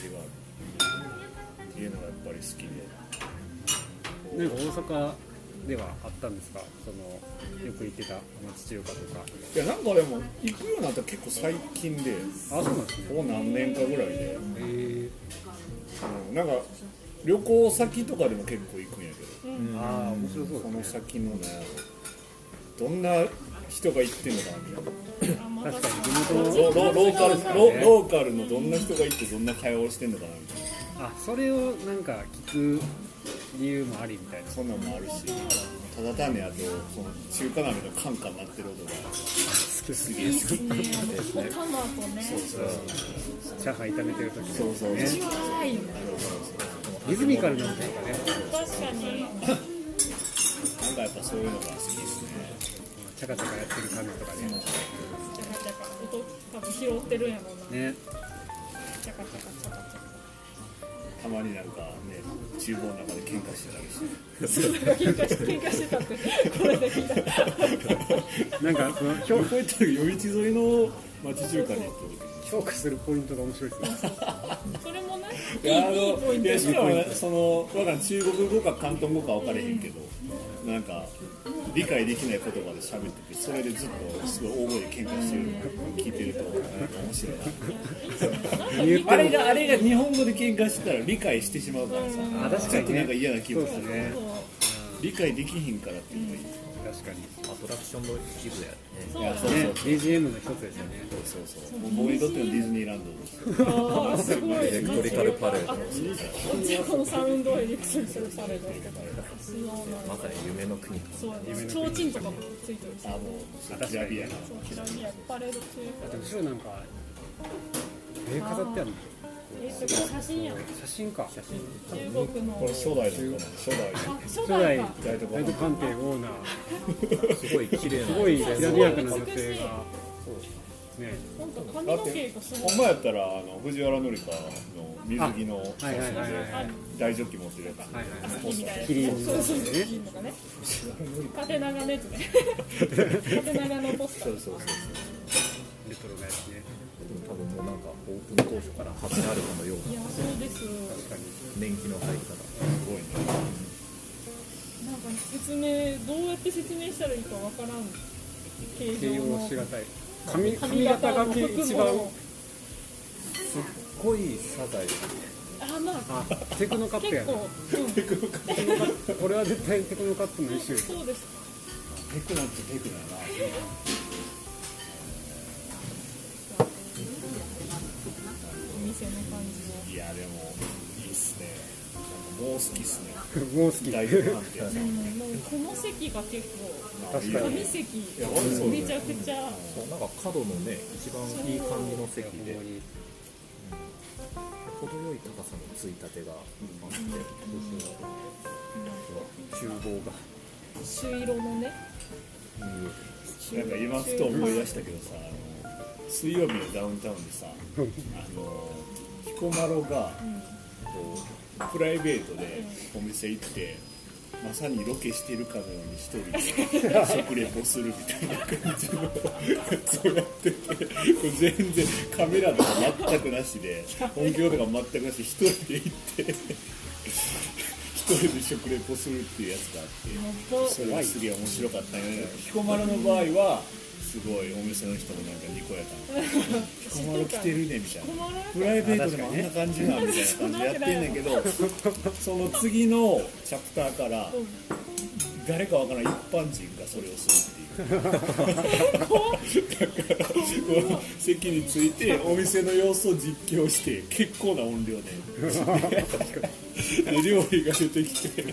Speaker 4: るっていうのがやっぱり好
Speaker 1: て
Speaker 4: きで
Speaker 1: なんか大阪ではあったんですかそのよく行ってた町中華とか
Speaker 4: いやなんかでも行くようになったら結構最近で
Speaker 1: あそうなんですね
Speaker 4: ここ何年かぐらいで、
Speaker 1: えー、
Speaker 4: うんなんか旅行先とかでも結構行くんやけど
Speaker 1: ああ面白そう
Speaker 4: こ
Speaker 1: で
Speaker 4: の
Speaker 1: すね
Speaker 4: 先のねどんな人が行ってんのかなみたいな
Speaker 2: あまた
Speaker 1: 確かに地元の
Speaker 4: ロロローカルロローカルのどんな人が行ってどんな会話をしてんのかなみたいな
Speaker 1: あそれをなんか聞く理由もありみたいな
Speaker 4: そんなんもあるしただ単にあとその中華鍋のカンカン鳴ってる音がすげえ
Speaker 2: いいっ
Speaker 4: 好
Speaker 2: すねあのトマトね
Speaker 1: チャーハン炒めてる時
Speaker 4: きそうそうそう
Speaker 2: 辛いよね
Speaker 1: リズミカルなんですかね
Speaker 2: 確かに
Speaker 4: なんかやっぱそういうのが好きですね
Speaker 1: チャカチャカやってる感じとかね
Speaker 2: チャカチャカ音多分拾ってるんやろうな、
Speaker 1: ね
Speaker 2: チャカチャカチャカチャカ
Speaker 4: たまになんかね厨房の中で喧嘩してたりして
Speaker 2: 喧嘩し喧嘩してたってこれで聞い た
Speaker 1: なんかその評
Speaker 4: こういった夜市沿いの町中華に行ってる時
Speaker 1: 評価するポイントが面白いですね
Speaker 2: それもねい
Speaker 4: いやあ
Speaker 2: いいいポ
Speaker 4: の
Speaker 2: イン
Speaker 4: い
Speaker 2: ト
Speaker 4: やしかもねそのわからん中国語か広東語か分からへんけど、なんか理解できない言葉で喋っててそれでずっとすごい大声で喧嘩してるのを聞いてるとなんか面白いな
Speaker 1: 言って
Speaker 4: あれがあれが日本語で喧嘩してたら理解してしまうからさ
Speaker 1: あ確
Speaker 4: ち
Speaker 1: か
Speaker 4: ょっ
Speaker 1: に
Speaker 4: となんか
Speaker 1: ね
Speaker 4: 嫌な気
Speaker 1: そう
Speaker 4: 分
Speaker 1: ですす
Speaker 4: る、
Speaker 1: ね
Speaker 4: 理解できひんからっていうのがいい、
Speaker 1: 確かに
Speaker 7: アトラクションの一部やね
Speaker 2: そう
Speaker 4: いやそう
Speaker 1: ね
Speaker 4: そう
Speaker 1: BGM の一つですよね
Speaker 4: そうそうそうもう僕にとってのディズニーランドです
Speaker 2: あーすごい
Speaker 7: エレクトリカルパレード
Speaker 2: こっちはこのサウンドをエレクトリカルパレードスノーマ
Speaker 7: ま
Speaker 2: ン
Speaker 7: さに夢の国と
Speaker 2: そうやね提灯とかもついてるし
Speaker 4: あもうグラビアな
Speaker 2: そうキラキラパレード中
Speaker 1: あと後ろなんか絵飾ってあるの
Speaker 2: えすごい写真やん
Speaker 1: 写真か
Speaker 2: 中国の
Speaker 4: これ初代のかな初代
Speaker 2: あ初
Speaker 1: 初代
Speaker 2: 代か
Speaker 4: 大都
Speaker 1: 大
Speaker 4: 会
Speaker 1: 都官邸オーナー
Speaker 7: かすごい綺麗な
Speaker 1: すごいきらびやかな女性がね
Speaker 2: なんか髪の毛がすごい
Speaker 4: ほんまやったらあの藤原紀香の水着の
Speaker 1: はいはいはいはいはいはい
Speaker 4: 大ジョッキ持ってるやつ
Speaker 1: はい
Speaker 2: 好きみたいな
Speaker 1: キリンの
Speaker 2: そうそう
Speaker 1: ね
Speaker 2: キリンとかね縦長のやつね縦長のポスター
Speaker 1: レトロなやつね
Speaker 7: 多分もうなんかオープン当初から貼ってあるかのようない
Speaker 2: やそうです
Speaker 1: 確かに
Speaker 7: 年季の入り方
Speaker 4: すごいね
Speaker 2: なんか説明どうやって説明したらいいかわからん
Speaker 1: 形
Speaker 2: 形状
Speaker 1: 容
Speaker 2: の
Speaker 1: しがたい髪
Speaker 2: 髪
Speaker 1: 髪型
Speaker 2: 型
Speaker 1: が
Speaker 2: も服
Speaker 1: 一番
Speaker 2: も
Speaker 3: すっごいサザエさん
Speaker 2: あまあ
Speaker 1: あテクノカットや
Speaker 2: 結
Speaker 1: ね
Speaker 2: 構、うん、
Speaker 1: これは絶対テクノカットの一種
Speaker 2: そうですか
Speaker 4: テクノってテクノやな
Speaker 2: お店の感じで
Speaker 4: いやでもいいっすねなんかもう好きっすね
Speaker 1: もう好き
Speaker 4: 大学なんてやつ
Speaker 2: う
Speaker 4: なん
Speaker 2: ん、もうこの席が結構
Speaker 4: いいよ
Speaker 2: 紙
Speaker 4: ね
Speaker 2: 席
Speaker 4: いや俺そうだ
Speaker 2: め
Speaker 4: よ
Speaker 2: ちゃくちゃ
Speaker 3: そうなんか角のね一番いい感じの席で程よい高さのついたてがあって、 そうそううわ厨房が
Speaker 2: 朱色のね
Speaker 4: なんか今ふと思い出したけどさあの水曜日のダウンタウンでさあの彦摩呂がこうプライベートでお店行ってまさにロケしてるかのように一人で食レポするみたいな感じのやつをやっててこう全然カメラとか全くなしで音響とか全くなしで一人で行って一人で食レポするっていうやつがあって。それがすげえ面白かったよね彦摩呂の場合はすごいお店の人もなんかにこやかな彦摩呂来てるねみたいな
Speaker 2: 困らない
Speaker 4: プライベートでもあんな感じなんみたいな感じでやってんねんけどその次のチャプターから誰かわからん一般人がそれをするっていうだからこう席についてお店の様子を実況して結構な音量でで料理が出てきて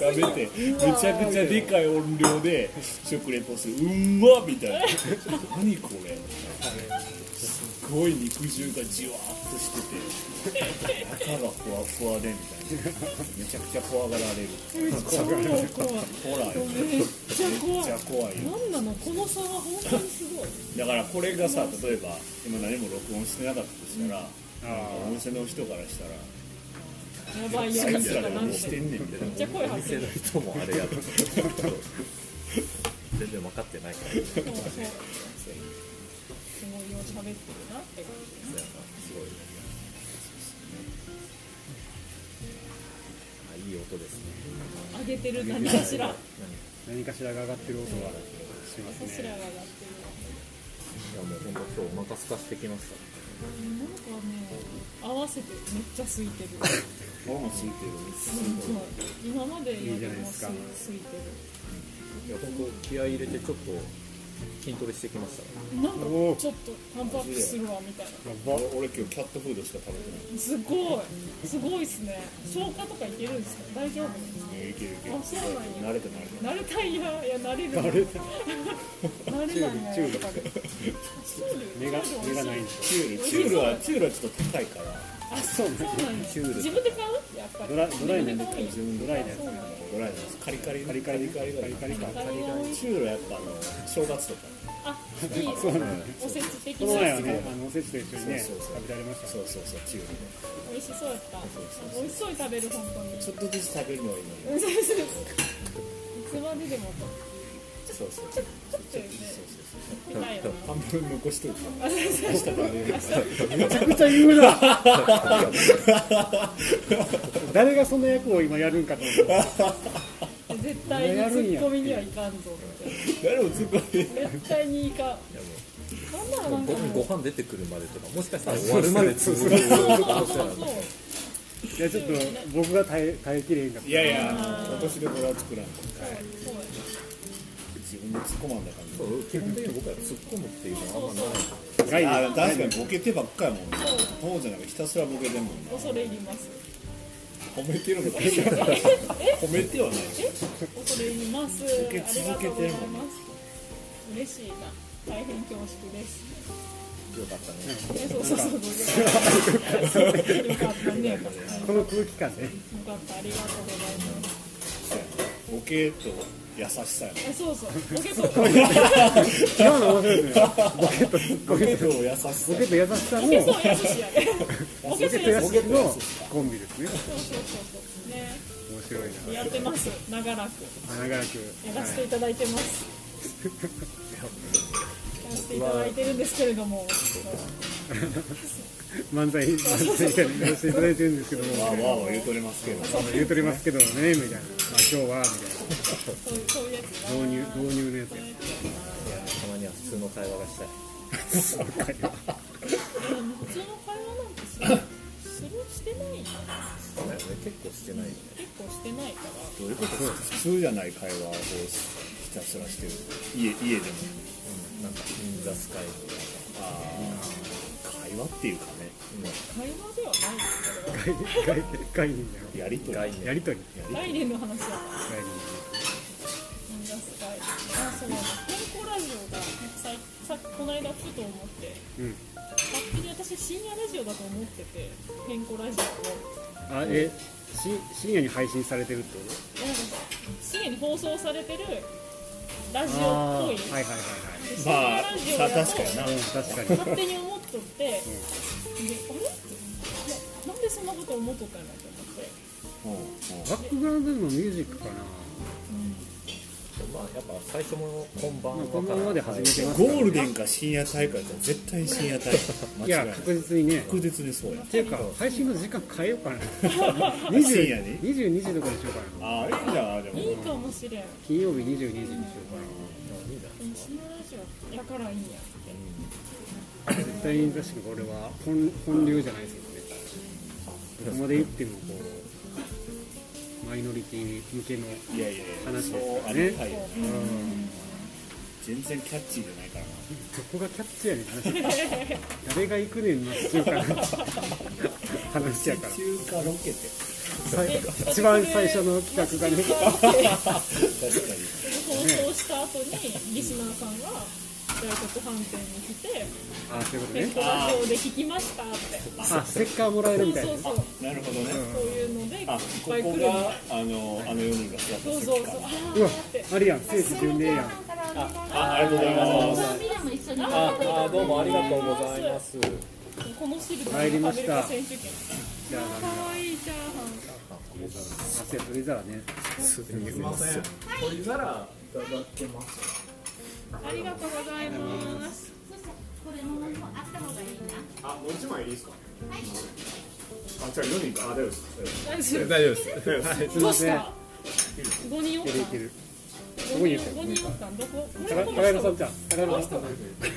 Speaker 4: 食べてめちゃくちゃでかい音量で食レポするうんまっみたいな何これすごい肉汁がじわーっとしてて中がふわふわでみたいなめちゃくちゃ怖がられる
Speaker 2: めっちゃ怖い怖い
Speaker 4: ホラーよね
Speaker 2: めっちゃ
Speaker 4: めっ
Speaker 2: 怖い
Speaker 4: ちゃ怖いよ
Speaker 2: なんなのこの差は本当にすごい
Speaker 4: だからこれがさ例えば今何も録音してなかったとしたら、お店の人からしたら
Speaker 2: やばいや
Speaker 4: い
Speaker 2: り
Speaker 4: つ
Speaker 2: 方
Speaker 4: か
Speaker 2: な
Speaker 4: ら
Speaker 2: ん
Speaker 4: 何
Speaker 2: て
Speaker 4: して
Speaker 2: めっ
Speaker 4: んねんみたいな
Speaker 2: ちゃ声
Speaker 3: お
Speaker 2: 発
Speaker 3: 店
Speaker 2: 生
Speaker 3: の人もあれやる全然分かってないからね
Speaker 2: そうそうつもりを喋ってるなって感じ
Speaker 3: そうやなすごいねあいい音ですね
Speaker 2: 上げてる何かしら
Speaker 1: 何かしらが上がってる音がします
Speaker 2: 何かしら
Speaker 1: ね
Speaker 2: が上がってる
Speaker 3: いやもう本当今日お腹空かしてきました
Speaker 2: なんかね合わせてめっちゃ空いてる
Speaker 4: 俺もついてる
Speaker 2: うんそう今までよ
Speaker 1: いいじ
Speaker 2: り
Speaker 1: ゃないで
Speaker 2: も
Speaker 1: す
Speaker 2: す
Speaker 1: か
Speaker 2: 空いて
Speaker 3: いや本当気合い入れてちょっと筋トレしてきました
Speaker 2: るなんか
Speaker 1: おー
Speaker 2: ちょっとパンプアップするわみたいな
Speaker 4: 俺今日キャットフードしか食べて
Speaker 2: すごいすごいっすね消化とかいけるんですか大丈夫
Speaker 4: ないねいけるいける
Speaker 2: あそうなんや
Speaker 4: 慣れて慣れて
Speaker 2: 慣れたいやいや慣れる慣れ慣れないなやっぱり
Speaker 1: 目が目がないんで
Speaker 4: チュールチュールはチュールはちょっと高いから
Speaker 2: あそうなんや自分で買うやっぱり
Speaker 1: ドラドライなやつ
Speaker 2: 自分で買うんや
Speaker 1: すよドライなやつ
Speaker 2: そうなんや
Speaker 4: ドライなんですカリカリ
Speaker 1: カリカリ
Speaker 4: カリカリ
Speaker 1: カリカリ
Speaker 2: カリが多い
Speaker 4: チュールはやっぱあの正月とか
Speaker 2: あいい
Speaker 1: そうなんだ
Speaker 2: おせち的
Speaker 1: この前は
Speaker 2: な
Speaker 1: ねあのおせちと一緒にね
Speaker 4: そうそうそう
Speaker 1: 食べられました
Speaker 4: そうそうそうチュールね
Speaker 2: 美味しそうやった美味しそうに食べる本当に
Speaker 4: ちょっとずつ食べるのはいいのに
Speaker 2: うんそうそうそういつまででも
Speaker 4: そうそうそう
Speaker 2: ちょっとよね見たいよな
Speaker 4: 半分残しといて
Speaker 2: あそうそうそう
Speaker 1: めちゃくちゃ言うな誰がその役を今やるんかと思って
Speaker 2: 絶対にツッコミにはいかんぞっ
Speaker 4: 誰もつっこい
Speaker 2: て絶対にいかんなんならなんかもう
Speaker 3: ごご飯出てくるまでとかもしかしたら終わるまで続く可能性ある
Speaker 2: そう
Speaker 1: いやちょっと僕が耐え耐えきれへんかった
Speaker 4: いやいや私でこれは作らん
Speaker 2: そうや
Speaker 4: 自分で突っ込まんだ感じ
Speaker 3: そう基本的に僕は突っ込むっていうのはあんまない
Speaker 1: 概念
Speaker 4: あ確かにボケてばっかやもんなそうじゃなくひたすらボケてんもんな
Speaker 2: 恐れ入ります
Speaker 4: 褒めてるのか褒めてはない
Speaker 2: え恐れ入りますあり
Speaker 4: け
Speaker 2: が
Speaker 4: 続け
Speaker 2: とうご
Speaker 4: て
Speaker 2: ざ
Speaker 4: る
Speaker 2: い
Speaker 4: もん
Speaker 2: ます嬉しいな大変恐縮です
Speaker 3: よかったね
Speaker 2: えそうそうそうそうよかったねよかっ
Speaker 1: この空気感ね
Speaker 2: たありがとうございます
Speaker 4: ボケと優しさやもん
Speaker 2: えそうそうボケそう
Speaker 1: 今日の面白いですね
Speaker 4: ボケと優しさ
Speaker 1: ボケと優しさの
Speaker 2: ボケそうやしやねボ
Speaker 1: ボケ
Speaker 2: ケそう
Speaker 1: と
Speaker 2: や
Speaker 1: 優
Speaker 2: し
Speaker 1: しのコンビですね
Speaker 2: そうそうそうそうね
Speaker 1: 面白い
Speaker 2: やってます長らく
Speaker 1: な長らく
Speaker 2: やらせていただいてますやらせていただいてるんですけれどもちょっと
Speaker 1: 漫才漫才みたいなのやらせていただいてるんですけども
Speaker 4: わーわーは言うとれますけど
Speaker 1: あの言うとりますけどねみたいな、まあ、今日は
Speaker 2: そういうそういうやつ
Speaker 1: みたいな導入導入のやつや
Speaker 3: たまには普通の会話がした
Speaker 2: でも普通の会話なんてするするしてない
Speaker 3: いそうだよね結構してないよね
Speaker 2: 結構してないから
Speaker 4: どういうことですか普通じゃない会話をひたすらしてる家家でも
Speaker 3: うんなんかインザスカイみたい
Speaker 4: ああ会話っていうか
Speaker 2: 会話ではないですけど
Speaker 1: 概概念だよ
Speaker 4: ねやりとり
Speaker 3: な概
Speaker 1: や
Speaker 3: 念
Speaker 1: りとり
Speaker 2: 概念の話だから
Speaker 1: 概念
Speaker 2: 思い出す会あそう健康ラジオがささこの間ふと思って
Speaker 1: うん
Speaker 2: 勝手に私深夜ラジオだと思ってて健康ラジオを
Speaker 1: あえし深夜に配信されてるってこと
Speaker 2: なんか深夜に放送されてるラジオっ
Speaker 1: あー
Speaker 2: ぽ
Speaker 1: はいいはいはいはい
Speaker 2: で深
Speaker 4: ま
Speaker 2: 夜
Speaker 4: あ
Speaker 2: ラジオ
Speaker 4: さ
Speaker 2: だ
Speaker 4: 確
Speaker 2: と
Speaker 4: かにな
Speaker 1: うん確かに
Speaker 2: 勝手に思っとって、であれななんでそんなこと思っとったんだと思って。
Speaker 4: うんうん
Speaker 1: バックグラウンドのミュージックかな
Speaker 3: まあやっぱ最初もこんばんは
Speaker 1: こんばんはで始めてますから
Speaker 4: ゴールデンか深夜大会だったら絶対深夜大 会
Speaker 1: い
Speaker 4: 間違
Speaker 1: や
Speaker 4: いない
Speaker 1: 確実にね
Speaker 4: 確実にそうや
Speaker 1: っていうか配信の時間変えようかな
Speaker 4: 深夜に
Speaker 1: 22時とかにしようかな
Speaker 4: ああいいんじゃんでも
Speaker 2: いいかもしれん。で
Speaker 1: 金曜日22時にしよ
Speaker 2: も深夜ラジオやからいいん や。
Speaker 1: うかな絶対に確かにこれは本本流じゃないですけどねどこまで行ってもこうマイノリティ向けの
Speaker 4: いやいやいや
Speaker 1: 話です
Speaker 4: そ
Speaker 1: か
Speaker 4: うあ
Speaker 1: ら
Speaker 4: れ
Speaker 1: ね
Speaker 4: たいよ
Speaker 1: うん
Speaker 4: 全然キャッチーじゃないからな
Speaker 1: どこがキャッチやねん話誰が行くねんの中 華の話やから
Speaker 4: 中華ロケって
Speaker 1: 一番最初の企画がね
Speaker 4: 確かに
Speaker 2: 放送した後にリスナーさんが大国飯店に来て
Speaker 1: あそういうこ
Speaker 2: 「
Speaker 1: と
Speaker 2: ペ
Speaker 1: ね
Speaker 2: ットラジオで聞きま した」って
Speaker 1: あステッカーもらえ
Speaker 2: そ
Speaker 1: るみ
Speaker 2: う
Speaker 1: たいなね
Speaker 2: そうそう
Speaker 4: なるほどね、
Speaker 2: そういうのでいっぱ
Speaker 4: あ
Speaker 2: い
Speaker 4: こ
Speaker 2: 来る
Speaker 4: こ
Speaker 2: ん
Speaker 4: が
Speaker 2: だ
Speaker 4: あのあの4人が座った
Speaker 2: そう
Speaker 4: 席
Speaker 2: そうそう
Speaker 4: か
Speaker 2: あ
Speaker 1: うわ
Speaker 2: ーって
Speaker 1: あるやん聖地巡礼やん
Speaker 4: あありがとうございます
Speaker 6: コンビでも一緒に
Speaker 3: ああどうもありがとうございます
Speaker 2: この汁どう
Speaker 1: 入りま
Speaker 2: 食
Speaker 1: し
Speaker 2: べる
Speaker 1: た
Speaker 2: か選手権
Speaker 1: じゃあなん
Speaker 2: か
Speaker 1: だ
Speaker 2: わいいチャーハン
Speaker 1: あそうや取り皿ね
Speaker 2: ありがとうございます
Speaker 6: そしたらこれももうあった方がいいな
Speaker 8: あもう一枚いいですか
Speaker 6: はい
Speaker 8: あじゃあ4人かあ大丈夫です
Speaker 2: 大丈
Speaker 3: 大丈夫です
Speaker 1: はいすい
Speaker 2: 夫ど
Speaker 1: ま
Speaker 2: うし
Speaker 1: せんい
Speaker 2: た五人おっ
Speaker 1: けるい
Speaker 2: た
Speaker 1: ける
Speaker 2: ん五人五人おったんどここ
Speaker 1: 高
Speaker 2: れこの
Speaker 1: 高
Speaker 2: 人
Speaker 1: 弘さんじゃ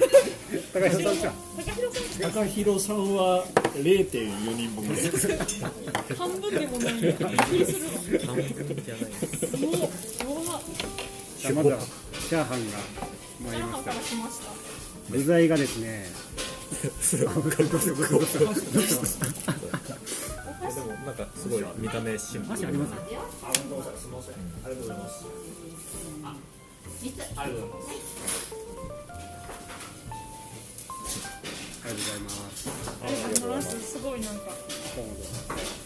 Speaker 1: ん高弘さん高弘さんじゃん
Speaker 2: 高弘さんし
Speaker 4: 高弘さんは0.4人分ぐらい
Speaker 2: か半分でもないのびっくりするわ
Speaker 3: 半分じゃないです
Speaker 2: もうやばっ
Speaker 1: じゃあまずはチャーハンが参
Speaker 2: チャ
Speaker 1: り
Speaker 2: ー
Speaker 1: ま
Speaker 2: ハ
Speaker 1: し
Speaker 2: ン
Speaker 1: た
Speaker 2: から来ました
Speaker 1: 具材がですね
Speaker 3: でもなんかすごい見た目シンプル
Speaker 1: あります
Speaker 6: 実は
Speaker 1: ありがとうございます
Speaker 2: ありがとうございます。すごいなんか。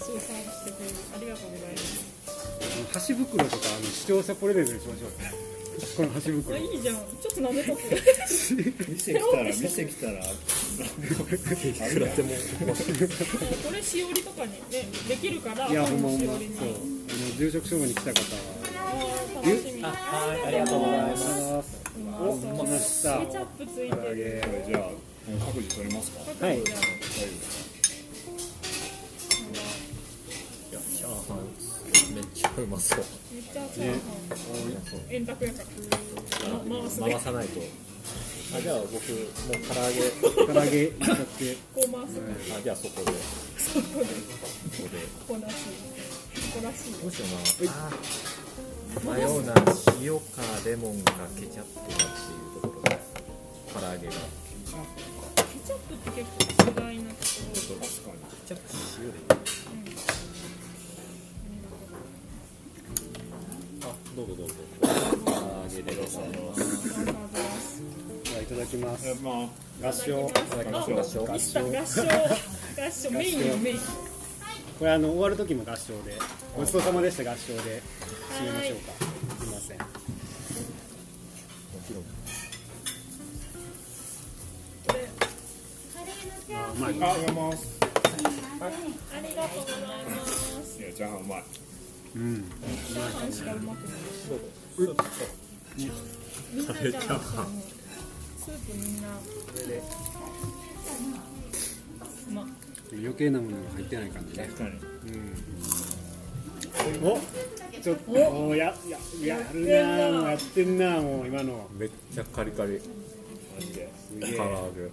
Speaker 2: そうサービスしてくれる。ありがとうございます。
Speaker 1: あの箸袋とかあの視聴者プレゼントにしましょうこの箸
Speaker 2: あ、
Speaker 1: 袋
Speaker 2: いいじゃん。ちょっと舐めとく。
Speaker 4: 店来たら店来たらあれだよ
Speaker 2: これしおりとかにね、できるから、
Speaker 1: いや
Speaker 2: パ
Speaker 1: ほ
Speaker 2: ン
Speaker 1: んま
Speaker 2: の
Speaker 1: ほん
Speaker 2: し
Speaker 1: まそう
Speaker 2: お
Speaker 1: あ
Speaker 2: りに。
Speaker 1: の住職処分に来た方は
Speaker 2: あー楽しみ。ケ
Speaker 3: はいありがとうございます
Speaker 1: ますお来ました
Speaker 2: チャップついて
Speaker 1: 唐揚
Speaker 2: る。
Speaker 1: げ
Speaker 4: これじゃあもう各自取りますか
Speaker 1: はい
Speaker 2: じゃあ
Speaker 3: いやチャーハンめっちゃうまそう
Speaker 2: めっちゃチャーハン。円卓やから。ま回すね
Speaker 3: 回。さないとあじゃあ僕もう
Speaker 1: 唐
Speaker 3: 唐揚げ
Speaker 1: 揚げいっちゃって
Speaker 2: こう回すね。
Speaker 3: あじゃあそ
Speaker 2: そ
Speaker 3: こで
Speaker 2: こで。
Speaker 3: そこ
Speaker 2: こ
Speaker 3: で
Speaker 2: こらしい。ここらしい。
Speaker 3: どうしようなあー迷うな塩かレモンかケチャップかっていうところで唐揚げがケ
Speaker 2: ケチャップって結構意外なところ。
Speaker 3: チャップ塩でいいあどうぞどうぞ唐揚げでございます
Speaker 2: ありがとうございます。
Speaker 1: じゃあいただきます
Speaker 4: えま
Speaker 1: 合唱
Speaker 2: 合唱合唱合唱合唱メインよメイン
Speaker 1: これあの終わる時も合唱でごちそうさまでした合唱で締めましょうかすいません
Speaker 6: カレーのチャーハン
Speaker 1: まあいい
Speaker 4: あありがとうございます
Speaker 2: ありがとうございます
Speaker 4: いやチャーハンうまい
Speaker 1: うん
Speaker 2: チャーハンしかうまくないみんなチャーハンスープみんなまあ
Speaker 1: 余計なものが入ってない感じね
Speaker 4: 確かに
Speaker 1: おちょっとおやややるなあもうやってんなあもう今の
Speaker 3: めっちゃカリカリ
Speaker 4: マジで
Speaker 1: すげ
Speaker 3: 唐
Speaker 1: え
Speaker 3: 揚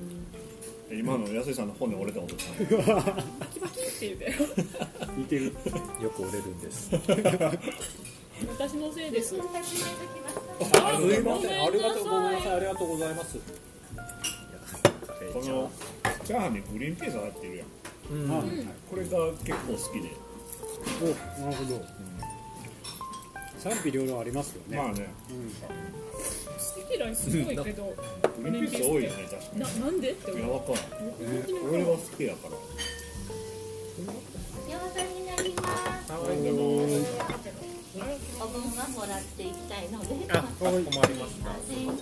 Speaker 3: げ
Speaker 4: 今の安井さんの骨折れた音した
Speaker 2: バキバキって言うて
Speaker 1: 似てる
Speaker 3: よく折れるんです
Speaker 2: 私のせいです
Speaker 4: ありがとうござい
Speaker 2: ありがとうございます
Speaker 9: ありがとうございます
Speaker 4: ますこのチャーハンにグリーンピース入ってるやん
Speaker 1: あ
Speaker 4: これが結構好きで
Speaker 1: おなるほど賛否両論ありますよね
Speaker 4: まあね
Speaker 2: 好き嫌いすごいけど
Speaker 4: グリーンピース多いよね確か
Speaker 2: ななんでって思
Speaker 4: にいうやわかんない
Speaker 2: 本当に
Speaker 4: 俺
Speaker 2: 分か
Speaker 4: は
Speaker 2: る
Speaker 4: 好きやから
Speaker 6: 餃子になります
Speaker 4: ありがとうございます
Speaker 6: お分はもらっていきたいので
Speaker 3: あ、困りました
Speaker 6: あり
Speaker 3: はい、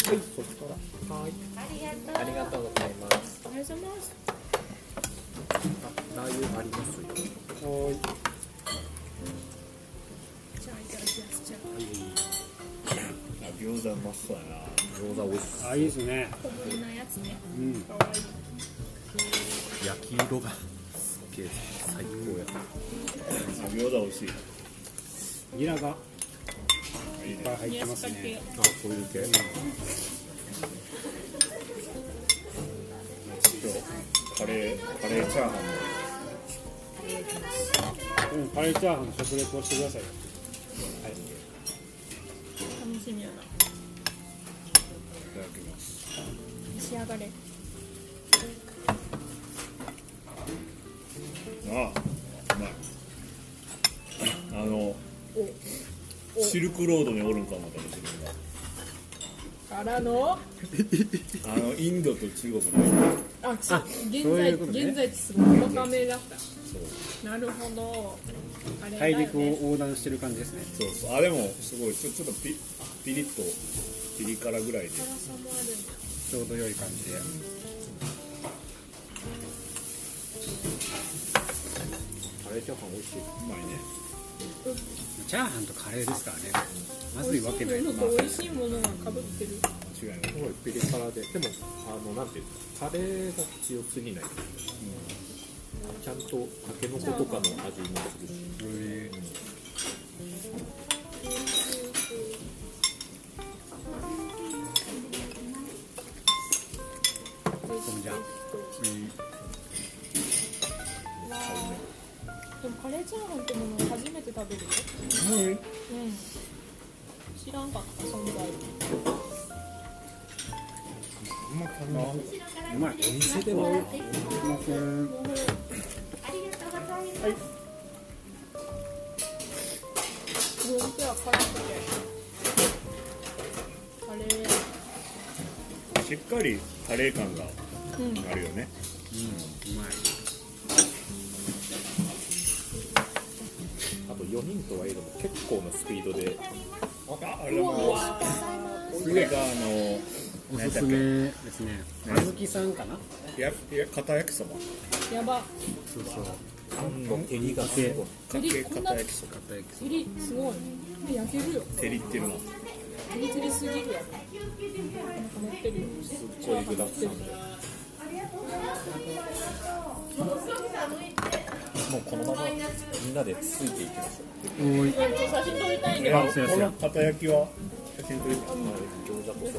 Speaker 3: そしたらはい、
Speaker 6: がとう
Speaker 3: ありがとうございます
Speaker 2: お疲れ様です
Speaker 3: あ、ラー油ありますよ
Speaker 2: じゃあいただきますじゃ
Speaker 4: あ餃子うまそうやな
Speaker 3: 餃子美味し
Speaker 1: あいいですね
Speaker 2: あ小ぶりなやつね
Speaker 1: うん
Speaker 2: かわいい
Speaker 3: い焼き色がすげえ最高や
Speaker 4: あ餃子美味しい
Speaker 1: ニラが
Speaker 4: あいい
Speaker 1: いっぱ
Speaker 4: ね
Speaker 1: い入って
Speaker 2: 宮
Speaker 1: ます
Speaker 2: 下
Speaker 1: ね
Speaker 2: 系
Speaker 3: あ、そういう系
Speaker 4: 今日カレーカレーチャーハンも
Speaker 1: うんカレーチャーハンの食レポをしてくださいよ
Speaker 2: 楽しみやない
Speaker 4: ただきます
Speaker 2: 仕上がれ
Speaker 4: ああうまいあのシルクロードにおるんか思ったんですけど
Speaker 2: からの
Speaker 4: あのインドと中国の
Speaker 2: あ、ち現在現在地すごい細かめだったなるほどあれだ
Speaker 1: 大
Speaker 2: よ
Speaker 1: 陸を
Speaker 2: ね
Speaker 1: 横断してる感じですね
Speaker 4: そうそうあでもすごいちょちょっとピピリッとピリ辛ぐらいで
Speaker 2: 辛さもあるんだ
Speaker 1: ちょうど良い感じで
Speaker 3: カレーチャーハン美味しいう
Speaker 4: まいね
Speaker 1: チャーハンとカレーですからねまずいわけない
Speaker 2: 美味しい
Speaker 1: ま
Speaker 2: もの
Speaker 1: あ
Speaker 2: と美味しいものがかぶってる
Speaker 4: 違います
Speaker 3: すごいピリ辛ででもあのなんていうのタレが強すぎない、ちゃんとタケノコとかの味もするし
Speaker 1: そんじゃ
Speaker 2: わーでもカレーチャーハンってものを初めて食べるようん知らんかった存在
Speaker 1: うまい
Speaker 6: お店でもあり
Speaker 1: もうこれ
Speaker 6: がとうございます
Speaker 2: お店は辛くてカレー
Speaker 4: しっかりカレー感が
Speaker 2: うん
Speaker 4: あるよね、
Speaker 1: うまい
Speaker 3: あと4人とはいえども結構なスピードで
Speaker 4: ああれもこれがあの
Speaker 1: おすすめですね
Speaker 4: 何
Speaker 1: あずきさんかな
Speaker 4: やや片焼きそば
Speaker 2: やば
Speaker 1: そうそう
Speaker 3: 照りがすごい
Speaker 4: かけ
Speaker 2: こんな
Speaker 4: 片焼きそば
Speaker 1: 片焼
Speaker 2: 照りすごい焼けるよ
Speaker 4: 照りってるな
Speaker 2: 照り照りすぎるやろなんか持ってるよ
Speaker 3: すっごい具だくさんでもうこのままみんなでついていきましょ
Speaker 1: きおい
Speaker 2: うん写真撮りたいんだ
Speaker 4: え
Speaker 2: よ
Speaker 4: あ
Speaker 1: そうや
Speaker 4: こ
Speaker 1: そうや
Speaker 4: の片焼きは写真撮りたい
Speaker 2: 私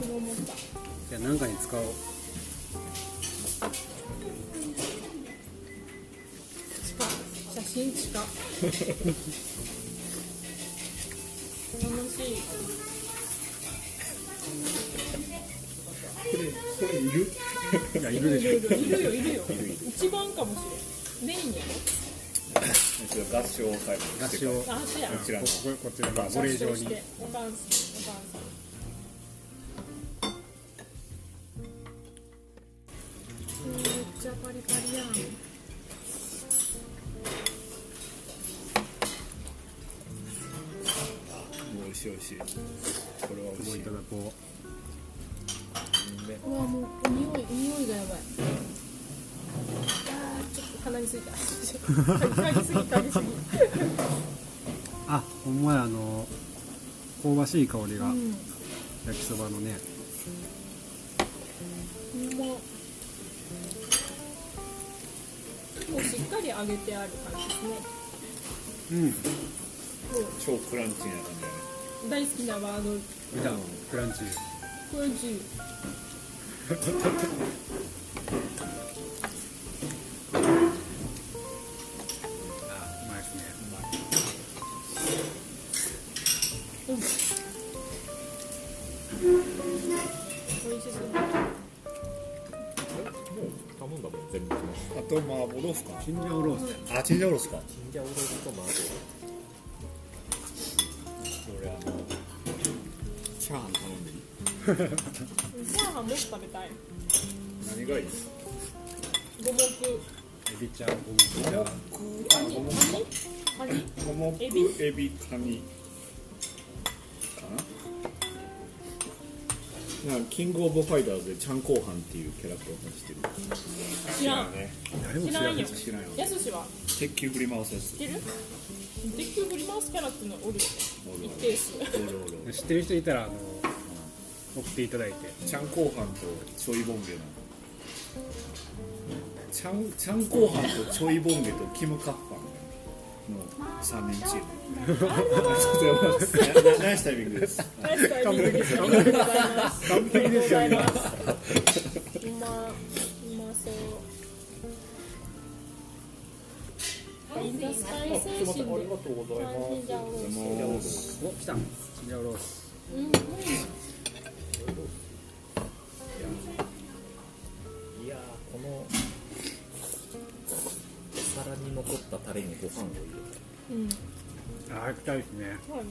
Speaker 2: も思った
Speaker 1: じゃあ何かに使おう
Speaker 2: 写真近楽しい
Speaker 4: これいる
Speaker 2: いるいるいるよいるよ一番かもしれんメインや
Speaker 4: 一応合唱を最後に
Speaker 1: 合
Speaker 4: して
Speaker 1: 唱こ
Speaker 4: か
Speaker 2: ろ足や
Speaker 4: らこちらの
Speaker 1: ここちらがお礼状に
Speaker 2: しておかんすおかんさんめっちゃパリパリやん
Speaker 4: 美味しい美味しいこれは美
Speaker 1: も
Speaker 4: 味し
Speaker 1: うい
Speaker 4: い
Speaker 1: ただこ
Speaker 2: うわもうお匂いお匂いがやばいあーちょっと鼻についた嗅ぎすぎ嗅ぎすぎ
Speaker 1: うあほんまやあの香ばしい香り
Speaker 2: う
Speaker 1: が
Speaker 2: ん
Speaker 1: 焼きそばのね
Speaker 2: ほんまもうしっかり揚げてある感じですね
Speaker 4: 超クランチな感じだね
Speaker 2: 大好きなワード
Speaker 10: 見たクランチ
Speaker 2: クランチ
Speaker 10: うまいですね
Speaker 2: 美味しそう
Speaker 7: もう頼んだもん全部来まし
Speaker 4: あと麻婆豆腐か
Speaker 10: チンジャオロース
Speaker 4: あチンジャオロースか
Speaker 7: たチンジャオロースとマーボー
Speaker 4: 俺あのチャーハン頼んでいい
Speaker 2: チャーハンもっと食べたい
Speaker 4: 何がいいです
Speaker 2: 五目
Speaker 10: エビちゃんゴムビちゃん
Speaker 2: カニカニカニ
Speaker 4: 五目
Speaker 2: エビ
Speaker 4: エビカニかななんかキングオブファイターズでチャンコーハンっていうキャラクターをしてる
Speaker 2: 知らん
Speaker 4: ね
Speaker 2: 知らんよ
Speaker 4: 知らんよ
Speaker 2: やすしは
Speaker 4: 鉄球振り回すやつ
Speaker 2: 知ってる鉄球振り回すキャラっていうのおるよね
Speaker 4: おる
Speaker 2: 一定数
Speaker 4: おるおるおる
Speaker 10: 知ってる人いたらあの送っていただいて
Speaker 4: チャンコーハンとちょいボンゲのチャンチャンコーハンとちょいボンゲとキムカッパの3人 チームちょっとやばいですなナイスタイミングです
Speaker 2: ナイスタイミングですありがとうございます完璧ですよねうまうまそうインザスカイ精神で感じじゃおろし
Speaker 10: お来たチンジャオロース
Speaker 2: うん
Speaker 7: いやーこのお皿に残ったタレにご飯を入れた
Speaker 2: うん
Speaker 10: あー行きたいですね
Speaker 2: そうやな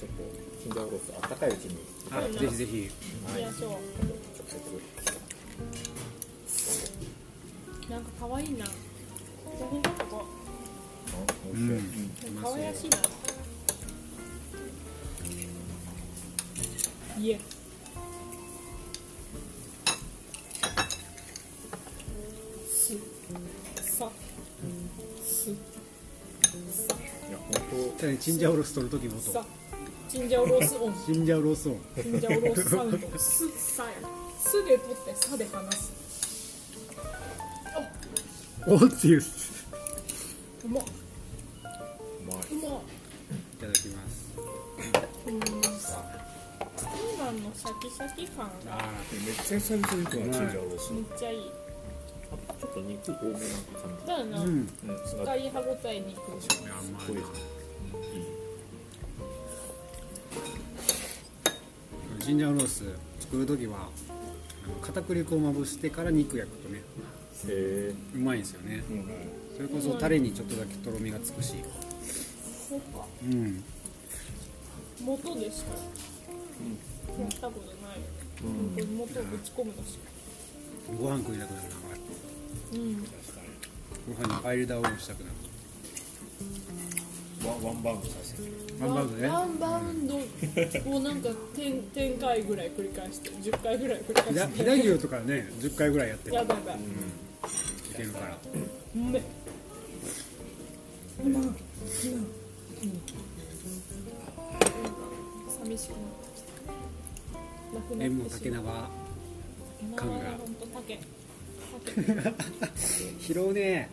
Speaker 7: ちょっとチンジャオロースあったかいうちに
Speaker 10: あぜひぜひ
Speaker 2: いやそう
Speaker 7: 直接
Speaker 2: なんか可愛いな。じゃがいもとか
Speaker 10: うん
Speaker 2: 可愛らしいな。いえ。す。さ。す。
Speaker 4: いや本
Speaker 10: ただねチンジャオロース取る時もと
Speaker 2: さ。チンジャオロース音。
Speaker 10: チンジャオロース音
Speaker 2: チンジャオロースサウンド。す。さや。すで取って、さで話す。
Speaker 10: おっていういう
Speaker 2: まっ。
Speaker 4: 当うまいう
Speaker 2: まっ。
Speaker 10: ただきます
Speaker 2: うん。ピーマンのシャキシャキ感が
Speaker 10: あ
Speaker 4: めっちゃ久々に食うなチンジャオロース
Speaker 2: めっちゃいい。
Speaker 7: ちょっと肉多めな感
Speaker 2: だよな。
Speaker 10: ーうん
Speaker 7: じ、うん、すごい
Speaker 2: 使い歯ごたえにくい。
Speaker 10: いやうまいなチンジャオロース作る時はあの片栗粉をまぶしてから肉焼くとね
Speaker 7: へ
Speaker 10: うまいんですよね
Speaker 4: うん
Speaker 10: それこそタレにちょっとだけとろみがつくし
Speaker 2: そうか。
Speaker 10: うん
Speaker 2: 元でしかやったことないよね、本当に元をぶち込むのしか
Speaker 10: ご飯食いたくなるなこれ
Speaker 2: うん
Speaker 10: ご飯にパイルダウンしたくなる
Speaker 4: ワンワンバウンドさせて
Speaker 10: ハンバーグね
Speaker 2: ワンバウン ドをなんか10 10回ぐらい繰り返して10回ぐらい繰り返
Speaker 10: ひだ
Speaker 2: し
Speaker 10: 飛
Speaker 2: て
Speaker 10: 騨牛とかね10回ぐらいやって
Speaker 2: や
Speaker 10: る
Speaker 2: だやだう
Speaker 10: いけるから
Speaker 2: めっ今今寂しくなってきたなくな
Speaker 10: 麺も
Speaker 2: って
Speaker 10: 竹
Speaker 2: しまう
Speaker 10: 縄
Speaker 2: 竹縄は本当竹竹
Speaker 10: 拾うね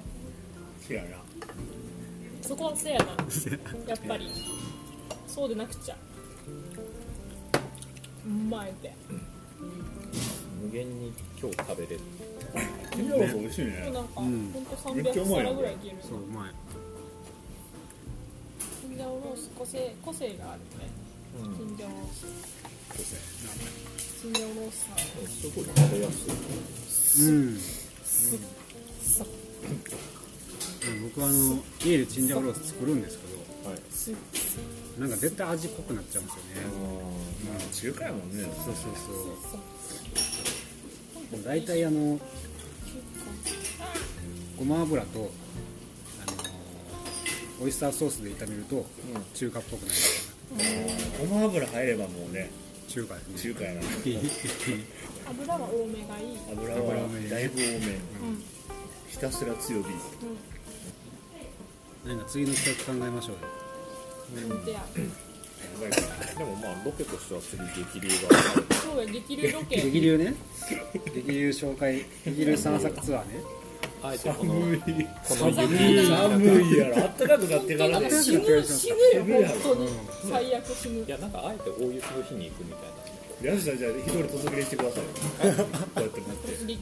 Speaker 4: 嫌いな
Speaker 2: そこはせやなやっぱりそうでなくちゃうまいって
Speaker 7: 無限に今日食べれる
Speaker 4: チンジャオロース美味し
Speaker 2: な
Speaker 4: い
Speaker 2: ん
Speaker 4: ね
Speaker 2: か、ほ
Speaker 10: ん
Speaker 2: んと
Speaker 4: めっちゃう
Speaker 2: 300
Speaker 4: まいや
Speaker 2: 皿
Speaker 4: ん
Speaker 2: ぐらいいける
Speaker 10: そううまい
Speaker 2: チンジャオロース個性個性があるねチンジャオロースチンジャオロースさん
Speaker 7: すごい食べやすい
Speaker 10: うん
Speaker 2: すさ
Speaker 10: 僕はあの家でチンジャオロース作るんですけど
Speaker 2: す
Speaker 10: なんか絶対味濃くなっちゃうんですよね
Speaker 4: まあ中華やもんね
Speaker 10: そうそうそう大体あのごま油とあのオイスターソースで炒めると中華っぽくなる
Speaker 4: ごま油入ればもうね
Speaker 10: 中華 です
Speaker 4: 中
Speaker 10: ね
Speaker 4: 華やな
Speaker 2: 油は多めがいい
Speaker 4: 油はだいぶ多め
Speaker 2: ん
Speaker 4: ひたすら強火
Speaker 10: 何か次の企画考えましょうよ
Speaker 2: うんでや
Speaker 3: でもまあロケとしては次激流がある
Speaker 2: そうや激流ロケ
Speaker 1: 激流ね激流紹介激流散策ツアーね
Speaker 3: あえてこのこの
Speaker 2: 寒
Speaker 3: 雪
Speaker 2: いな
Speaker 4: 寒いやろ暖かくなってからで
Speaker 2: 死ぬ死ぬよ本当に最悪死ぬ
Speaker 3: いやなんかあえて大雪の日に行くみたいな
Speaker 4: ヤスさんじゃあ一人突撃してくださいこうやって持って
Speaker 2: 突撃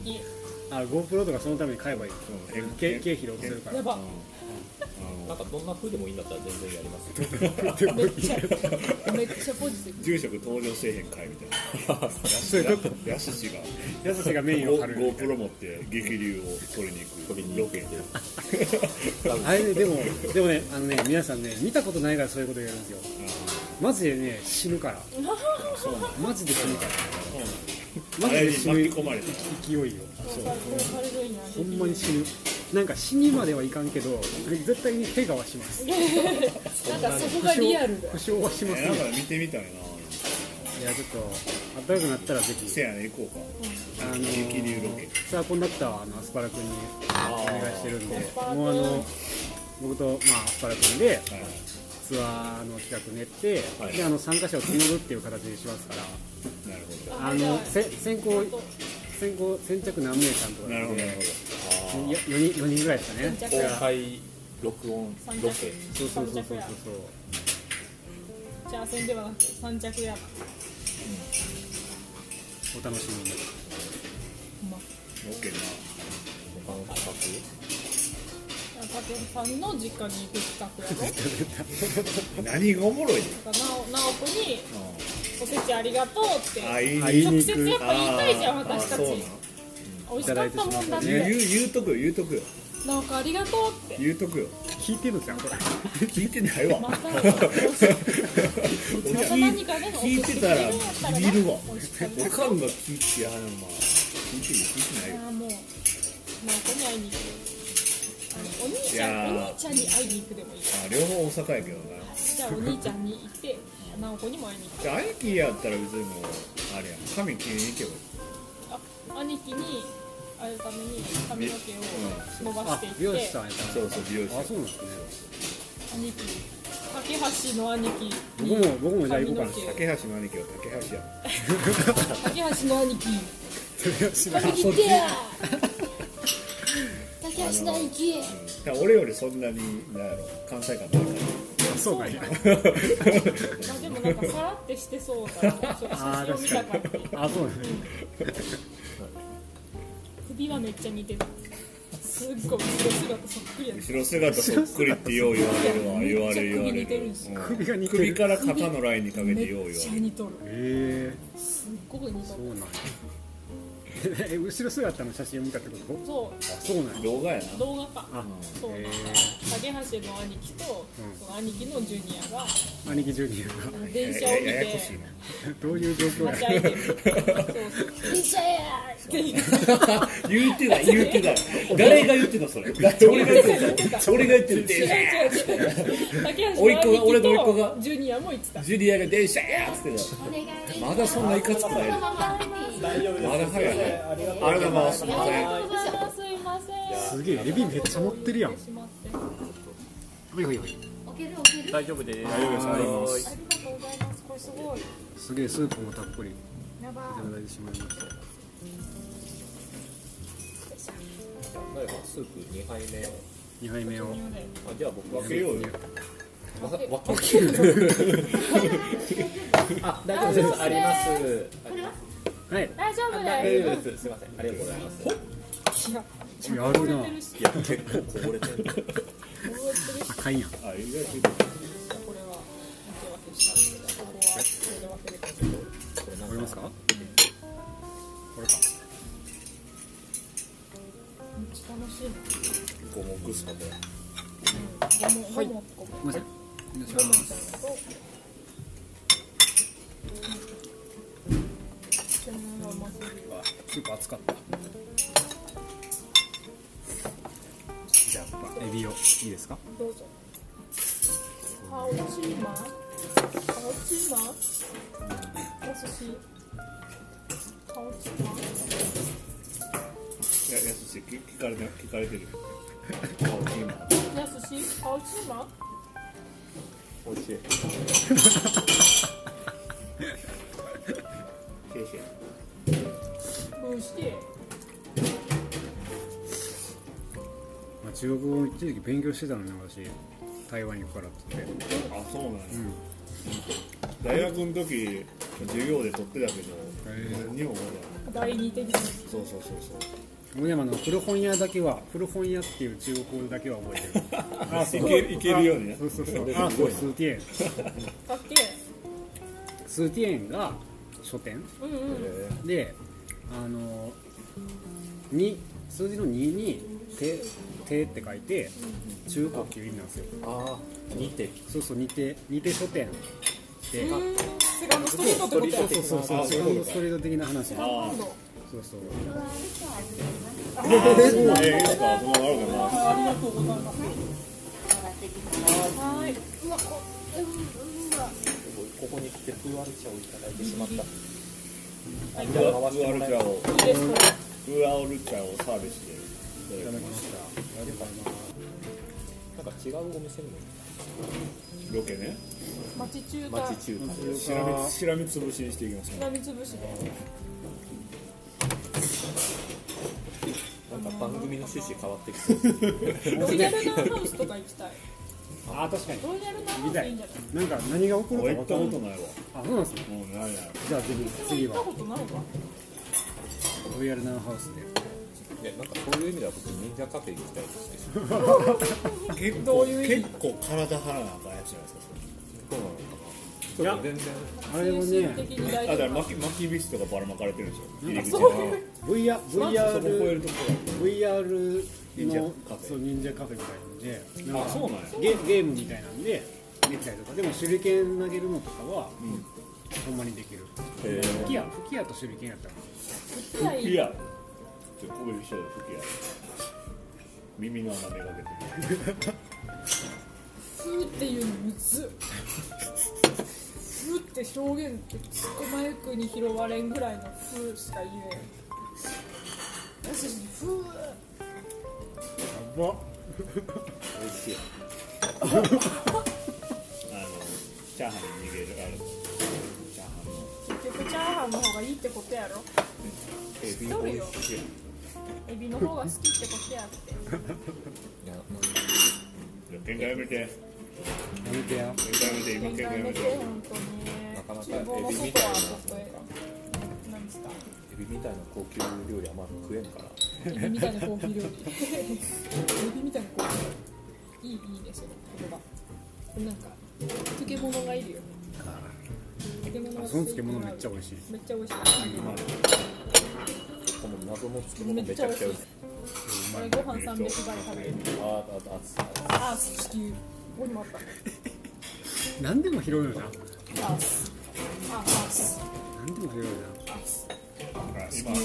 Speaker 1: あ GoPro とかそのために買えばいい
Speaker 4: うん
Speaker 1: 経経費で落とせるから
Speaker 2: やば
Speaker 3: なんかどんな風でもいいんだったら全然やりますよ
Speaker 2: めっちゃめっちゃポジティブ
Speaker 4: 住職登場せえへん会みたいなそういうことやすしが
Speaker 1: やすしがメインを張る
Speaker 4: GoPro 持って激流を取りに行くロケで
Speaker 1: あれねでもでもねあのね皆さんね見たことないからそういうこと言えるんですよマジでね死ぬからマジで死ぬからマ
Speaker 4: あ
Speaker 1: ジ
Speaker 4: れ
Speaker 1: で
Speaker 4: に
Speaker 1: 死
Speaker 4: 巻
Speaker 1: ぬ
Speaker 4: き込まれた
Speaker 1: 勢いよ
Speaker 2: 軽いな
Speaker 1: ほんまに死ぬなんか死にまではいかんけど絶対に怪我はします
Speaker 2: なんかそこがリアルだ
Speaker 1: 負傷はします
Speaker 4: え
Speaker 1: ね
Speaker 4: なんか見てみたいない
Speaker 1: やちょっと暖かくなったらぜひ
Speaker 4: せやね行こう
Speaker 1: あの
Speaker 4: 激流ロケ
Speaker 1: ツアーコンダクターはあのアスパラ君にお願いしてるんでもうあの僕と、まあ、アスパラ君で
Speaker 4: かはい
Speaker 1: ツアーの企画練って、であの参加者を募るっていう形にしますから
Speaker 4: なるほ
Speaker 1: あのせ先行先行先着何名さんとか
Speaker 4: どなるほどなる
Speaker 1: 4人 ,4 人ぐらいですかね
Speaker 2: じゃ
Speaker 3: 公開録音ロケ
Speaker 1: そうそうそうそうそう
Speaker 2: あじゃあ遊んではなく三着やな
Speaker 1: そうお楽しみに
Speaker 2: ほんま
Speaker 4: ほどロケな
Speaker 3: 他の企
Speaker 2: タケルさんの実家に行く企画やろ
Speaker 4: 何がおもろいね
Speaker 2: だからなお直子に「おせちありがとう」って
Speaker 4: あいい
Speaker 1: あ
Speaker 4: ね
Speaker 1: いい
Speaker 2: 直
Speaker 1: に行
Speaker 2: 接やっ
Speaker 1: く
Speaker 2: ぱ言いたいじゃん
Speaker 4: あー
Speaker 2: 私たち
Speaker 4: そうなの
Speaker 2: 美味しか
Speaker 1: いた
Speaker 2: ったもんだっ
Speaker 1: だいてしまうから
Speaker 4: 言う
Speaker 2: て
Speaker 4: 言うとくよ言うとくよ
Speaker 2: 「なおこありがとう」って
Speaker 4: 言うとくよ
Speaker 1: 聞いてるんですかこれ
Speaker 4: 聞いてないわ
Speaker 2: またまた
Speaker 4: 聞
Speaker 2: 何
Speaker 4: い
Speaker 2: かでも
Speaker 4: 聞いてたらビビるわ
Speaker 2: 美味しかった
Speaker 4: おかんが聞いていやでもまあ聞いてる聞いてないよ
Speaker 2: ああもう、まあ、こに会いに行く。あのお兄ちゃ
Speaker 4: い
Speaker 2: ん、お
Speaker 4: やー
Speaker 2: 兄ちゃんに会いに行くでもいい。
Speaker 4: あ両方大阪やけどな
Speaker 2: じゃあお兄ちゃんに行って、直子にも会いに行
Speaker 4: じゃあ兄貴やったら別にもうあれやん髪切りに行けばいい
Speaker 2: く。あ、兄貴に会うために髪の毛を伸ば
Speaker 1: あ
Speaker 2: していって、
Speaker 1: 美容師さんやった
Speaker 4: そうそう美容師
Speaker 1: あそうなんですね
Speaker 2: 兄貴、架橋の兄貴
Speaker 1: 僕
Speaker 2: に
Speaker 1: も僕もじゃあ行こう
Speaker 2: 髪
Speaker 1: か
Speaker 2: の
Speaker 1: な
Speaker 2: 毛。
Speaker 4: 竹橋の兄貴は竹橋や
Speaker 2: 架橋の 兄貴。髪切
Speaker 4: そ
Speaker 2: っ
Speaker 4: ってち
Speaker 2: や架橋の兄貴。
Speaker 4: だから俺よりそんなになんやろ関西感ないか
Speaker 1: あそうなんや
Speaker 2: まあでもなんかさらってしてそうだから、ちょっと写真を見たからって。
Speaker 1: あそうなんですね
Speaker 2: 首はめっちゃ似てる。すっごい後ろ姿そっくりやった。
Speaker 4: ら後ろ姿そっくりってよう言われるわ言われる言わ
Speaker 2: め
Speaker 4: れ
Speaker 2: っちゃ首似て
Speaker 4: る
Speaker 2: るんですよ
Speaker 4: うん
Speaker 1: 首が似て
Speaker 4: 首
Speaker 1: る
Speaker 4: から肩のラインにかけ
Speaker 2: め
Speaker 4: てよう
Speaker 2: っ
Speaker 4: 言
Speaker 2: ち
Speaker 4: わ
Speaker 2: ゃ
Speaker 4: れる
Speaker 2: 似とる。
Speaker 1: へえ
Speaker 2: すっごく似と
Speaker 1: そう
Speaker 2: る。
Speaker 1: なんやえ後ろ姿の写真を見たってこと
Speaker 2: そ
Speaker 1: そうなんや
Speaker 4: 動画や
Speaker 2: う、
Speaker 4: な
Speaker 2: 動画か。
Speaker 1: あ
Speaker 2: そうなん
Speaker 1: へ
Speaker 2: だ。影橋の兄貴と、
Speaker 1: うん
Speaker 2: その兄貴のジュニアが、
Speaker 1: え兄貴ジュニアが
Speaker 2: あの電車を
Speaker 4: や
Speaker 2: 見
Speaker 4: やややこしてい。な
Speaker 1: どういう状況
Speaker 2: は
Speaker 1: や
Speaker 2: しゃいでる。そうそう。電車やーって言って
Speaker 4: 言ってない言ってない誰が言ってたそれ俺が言ってた俺が言ってる電車や
Speaker 2: 違う違う違う。竹
Speaker 4: 甥っ子が
Speaker 2: 橋
Speaker 4: 俺
Speaker 2: の
Speaker 4: の甥っ子
Speaker 2: 兄貴と
Speaker 4: が
Speaker 2: ジュニアも言ってた。
Speaker 4: ジュリアが電車やっつって
Speaker 6: お願い
Speaker 4: たまだそんないかつくない
Speaker 6: このまま歩いていい
Speaker 4: まだ早いねありがとうございます
Speaker 2: ありがとうございます。すいません。
Speaker 1: すげえエビめっちゃ持ってるやん
Speaker 2: しまって。
Speaker 6: 置ける置ける
Speaker 11: 大丈夫です
Speaker 6: ありがとうございますこれすごい
Speaker 1: すげえスープもたっぷりい
Speaker 6: やば
Speaker 1: ただいてしまいました
Speaker 3: 例えばスープ2杯目を
Speaker 1: 2杯目を
Speaker 3: あじゃあ僕は
Speaker 4: 分けようよ
Speaker 3: わ分けるあ大丈夫ですあります
Speaker 1: はい
Speaker 2: 大丈夫
Speaker 3: あ
Speaker 2: だよ。
Speaker 3: 大丈夫ですすいませんありがとうございます
Speaker 1: やるな
Speaker 3: や結構こぼれてる
Speaker 1: 赤いやん
Speaker 4: あ意外と言ってた
Speaker 2: これは手分けした。これは手で分けるか。
Speaker 1: わかりますか
Speaker 2: めっちゃ楽しいな。
Speaker 3: こうもぐすかこれ
Speaker 2: はい。もも
Speaker 1: ごめんなさいスープ熱かったじゃあやっぱエビをいいですか
Speaker 2: どうぞ。好吃吗？好吃吗？お寿司。好吃吗？
Speaker 4: いややすし聞聞かれて聞かれてる顔いいな
Speaker 2: やすし、好吃吗？
Speaker 3: 美味しい。シェイシェイ
Speaker 2: こうして
Speaker 1: まあ、中国語一時期勉強してたのね私台湾行くからって言って
Speaker 4: あそうなんや、大学の時授業で取ってたけど
Speaker 1: ー
Speaker 4: 何にもまだ
Speaker 2: 第二的に
Speaker 4: そうそうそうそう
Speaker 1: 小山の古本屋だけは古本屋っていう中国語だけは覚えてるあそう
Speaker 4: いけるいけるようにね
Speaker 1: そうそうそうあそうスーティエン
Speaker 2: かけ
Speaker 1: スーティエンが書店
Speaker 2: うんうん
Speaker 1: であのに数字の2に「て」てって書いて中国っていう意味なんですよ
Speaker 3: ああ、似て。
Speaker 1: そうそう似て似て書店で
Speaker 2: セカンドストリートってことや
Speaker 1: そうそうそう
Speaker 4: あそう
Speaker 1: セ
Speaker 4: いう
Speaker 1: カン
Speaker 4: ことか
Speaker 1: ドストリート的な話そう
Speaker 2: セカンドハンド
Speaker 1: そう
Speaker 4: あそうなんやいつか集まるかな
Speaker 2: ありがとうございます
Speaker 12: ってきたよ
Speaker 2: はーいうわこうんうんうわ
Speaker 3: ここに来て、プーアル茶をいただいてしまっ
Speaker 2: は
Speaker 3: た。
Speaker 2: い
Speaker 4: ウアウアルチャを
Speaker 2: いいですこれ
Speaker 4: ウアルチャをサービス でいただきま
Speaker 3: なんか違うお店にも
Speaker 4: すロケね
Speaker 2: 町中華
Speaker 3: 町中華で。
Speaker 4: しらみしらみつぶしにしていきます
Speaker 2: しらみつぶしで
Speaker 3: なんか番組の趣旨変わってきそう。
Speaker 2: ロイヤルナーハウスとか行きたい
Speaker 1: ああ確かに
Speaker 2: ロイヤルナーハウスいいんじゃない
Speaker 1: なんか何が起こるか
Speaker 4: 俺
Speaker 1: 分
Speaker 4: 行っ
Speaker 1: か
Speaker 4: た
Speaker 1: んな
Speaker 4: こと
Speaker 1: い
Speaker 4: ないわ
Speaker 1: あそうなんですね
Speaker 4: もうないない
Speaker 1: じゃあぜひ次
Speaker 2: 行った
Speaker 1: は
Speaker 2: ことないわ
Speaker 1: ロイヤルナウハウスで
Speaker 3: ね、なんかそういう意味では僕忍者カフェ行きたいですね。
Speaker 4: 結構結構体張らなあかんやつじゃないですか
Speaker 3: そうなのかな。ちょっと全然
Speaker 1: あれは
Speaker 2: 精神
Speaker 1: ね
Speaker 2: 的に大
Speaker 4: それあだから
Speaker 2: 丈
Speaker 4: 巻き巻きビスとかばらまかれてるんですよ入り口に
Speaker 2: そう
Speaker 1: VR,
Speaker 4: そこ超え
Speaker 1: VR,
Speaker 4: るとこ
Speaker 1: VR
Speaker 4: 忍者
Speaker 1: の
Speaker 4: カフェ
Speaker 1: そう忍者カフェみたいなんで
Speaker 4: あそうなんや
Speaker 1: ゲゲームみたいなんでできたりとかでも手裏剣投げるのとかは、
Speaker 4: ん
Speaker 1: ほんまにできる
Speaker 4: へ
Speaker 1: 吹き矢吹き矢と手裏剣やったら
Speaker 2: 夫はい
Speaker 4: えいやちょっとこういう人で吹きや耳の穴めがけて
Speaker 2: ふーっていうのむずっふーって表現ってつっこまゆくに拾われんぐらいのふーしか言えん私ふー
Speaker 3: 美味しい。
Speaker 4: あのチャーハンに逃げるあのチャーハンの
Speaker 2: 結局チャーハンの方がいいってことやろ
Speaker 3: エビ
Speaker 2: どう
Speaker 3: 美
Speaker 2: よ
Speaker 3: 味しい。
Speaker 2: エビの方が好きってことやって
Speaker 3: いや、
Speaker 4: いや喧嘩やめて
Speaker 1: やめてや
Speaker 4: 喧嘩やめて今
Speaker 2: みんな
Speaker 4: 喧嘩や
Speaker 2: やめて本当に
Speaker 4: めて
Speaker 3: なかなか
Speaker 2: 厨房の
Speaker 3: エビみ
Speaker 2: 外
Speaker 3: たい
Speaker 2: は
Speaker 3: な
Speaker 2: ちょっと何ですか
Speaker 3: エビみたいな高級料理あんま食えんから。
Speaker 2: エビみたいなコーヒー料理エビみたいなコーヒーいいいいねその言葉これなんか漬物がいるよ漬物が
Speaker 1: その漬物めっちゃ美味しい
Speaker 2: めっちゃ美味し
Speaker 3: この謎の漬
Speaker 2: い
Speaker 3: 物
Speaker 2: め
Speaker 3: め
Speaker 2: っ
Speaker 3: ち
Speaker 2: ちゃ
Speaker 3: ゃ
Speaker 2: 美
Speaker 3: く
Speaker 2: 味
Speaker 3: ちゃ
Speaker 2: しい
Speaker 3: 美味しい。
Speaker 2: これご飯300倍食べれる
Speaker 3: ああ、ああ、あ
Speaker 2: あー地球ここにもあった
Speaker 1: 何でも拾うよな
Speaker 2: あーすあーす
Speaker 1: 何でも拾うよ
Speaker 2: あーす
Speaker 4: あ今ありがとう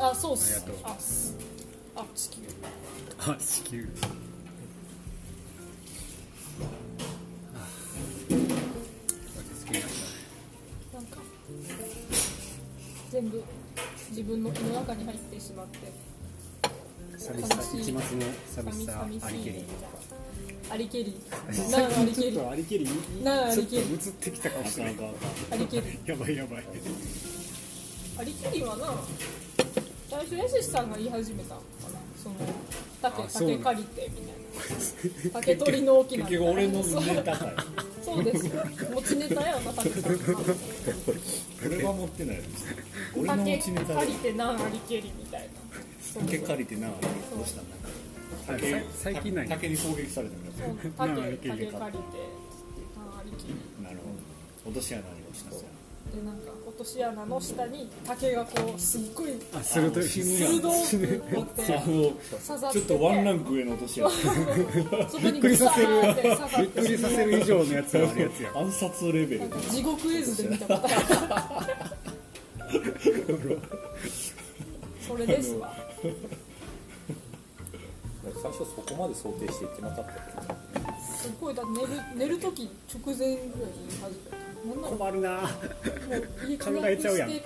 Speaker 2: あーそうっ
Speaker 1: あり
Speaker 2: す
Speaker 1: がとう
Speaker 2: あーすあ地球
Speaker 1: なあ地球あ落ち着きましたね
Speaker 2: なんか全部自分の胃の中に入ってしまって
Speaker 1: 寂しさ一末の寂しさ
Speaker 2: 寂しい
Speaker 1: ありけり
Speaker 2: アリケリー。なあ、アリケ
Speaker 1: ちょ
Speaker 2: リ
Speaker 1: っ
Speaker 2: ー。
Speaker 1: とありけり
Speaker 2: なあ、ア
Speaker 1: ちょ
Speaker 2: リ
Speaker 1: っと
Speaker 2: ケリ
Speaker 1: 映
Speaker 2: ー。
Speaker 1: ってきたかもしれない
Speaker 4: なかなか
Speaker 2: アリケリー。
Speaker 1: やばいやばい
Speaker 2: アリケリーはな。最初、やしさんが言い始めたのかな。その。竹、
Speaker 1: あそうな
Speaker 2: 竹
Speaker 1: ん
Speaker 2: 借りてみたいな。竹取りの大きな。
Speaker 4: 結局俺のネタかよ
Speaker 2: そうですよ。 持ちネタやな、竹さんが。
Speaker 4: 俺は持ってないです俺の持ちネ
Speaker 2: 竹
Speaker 4: タ
Speaker 2: 借
Speaker 4: で
Speaker 2: りてなあ、アリケリーみたいな。そう
Speaker 4: 竹借りてなどうしたんだ
Speaker 1: さ最近ない
Speaker 4: 竹に攻撃されたんだ
Speaker 2: そう竹、
Speaker 1: なあ
Speaker 2: 竹
Speaker 1: ア
Speaker 2: 借
Speaker 1: リ
Speaker 2: り
Speaker 1: ケ
Speaker 2: て。
Speaker 1: リ
Speaker 2: な
Speaker 1: ー
Speaker 2: あ、アリケリー。
Speaker 4: なるほど落とし穴に落ちたんですよ
Speaker 2: でなんか落とし穴の下に竹がこうすっごい
Speaker 1: あ鋭い
Speaker 4: 死ぬや
Speaker 2: 鋭
Speaker 4: ん
Speaker 2: く持って
Speaker 4: あの
Speaker 2: 刺さって
Speaker 4: ちょ
Speaker 2: て
Speaker 4: っとワンランク上の落とし穴
Speaker 2: そこにグサーって刺さって
Speaker 1: びっくりさせる以上のやつはあるやつや
Speaker 4: 暗殺レベル
Speaker 2: なんか地獄絵図で見たことあるそれですわ
Speaker 3: あ。最初そこまで想定していってなかったけど。
Speaker 2: すごいだって寝る寝る時直前ぐらいに言い始めたなんならも
Speaker 1: 困るな
Speaker 2: う家
Speaker 1: 考えちゃうやん
Speaker 2: 暗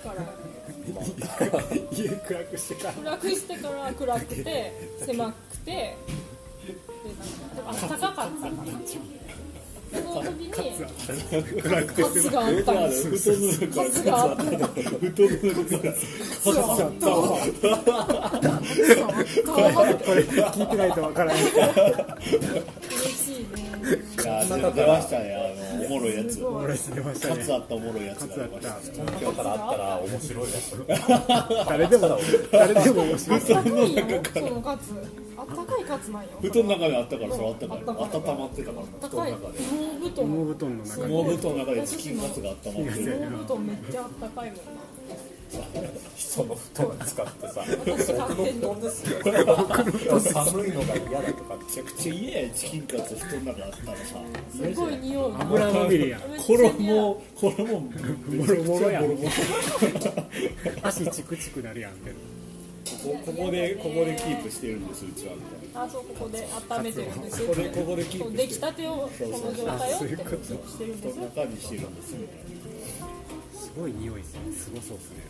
Speaker 2: くしてから
Speaker 1: 家暗くしてから
Speaker 2: 暗くしてから暗くて狭くてでなんかでもあったかかったからその時にカ
Speaker 4: 暗くて
Speaker 2: ツがあったんです
Speaker 4: 布団の中
Speaker 2: カ
Speaker 4: から
Speaker 2: ツがあったカ
Speaker 4: 布団の中から
Speaker 2: ツがあったカツがあった
Speaker 1: これ聞いてないとわからない
Speaker 2: 嬉しいね
Speaker 4: あー出ましたねあのおもろいやつ
Speaker 2: すごい
Speaker 1: 出ました
Speaker 4: カ
Speaker 1: ね
Speaker 4: ツあったおもろいやつが出ました
Speaker 7: 今日からあったら面白いです
Speaker 1: 誰でも誰でも面白い
Speaker 2: あったかいよそのカツあったかいカツなんよ
Speaker 4: 布団の中であったからそれあったかい
Speaker 2: あったかい
Speaker 4: 温まってたから
Speaker 2: あった
Speaker 4: 布団
Speaker 2: かい
Speaker 4: の中で
Speaker 2: 羽毛布団
Speaker 1: 羽毛布団の中
Speaker 2: で
Speaker 4: 羽毛布団の中でチキンカツが温まってる
Speaker 2: 羽毛布団めっちゃあったかいもんな
Speaker 7: 人の布団使ってさ
Speaker 2: 私買ってん
Speaker 7: 布
Speaker 2: の
Speaker 7: 団ですよ寒いのが嫌だとか
Speaker 4: めちゃくちゃ嫌やチキンカツ布団の中であったらさ
Speaker 2: すごい匂いが
Speaker 1: 油まみれやん
Speaker 2: めっちゃ嫌
Speaker 4: 衣衣めちゃくちゃボロボロ
Speaker 1: 足チクチクなるやんって
Speaker 4: こここでここでキープしてるんですうちはみたいな
Speaker 2: あそうここで温めてるんですよ
Speaker 4: これここでキー
Speaker 2: そう
Speaker 4: プ
Speaker 2: 出
Speaker 4: し
Speaker 2: 来
Speaker 4: てる
Speaker 2: たてをこの状態をってしてるんですよ
Speaker 4: 布団の中にしてるんですみたいな
Speaker 1: すごい匂いですねすごそうですね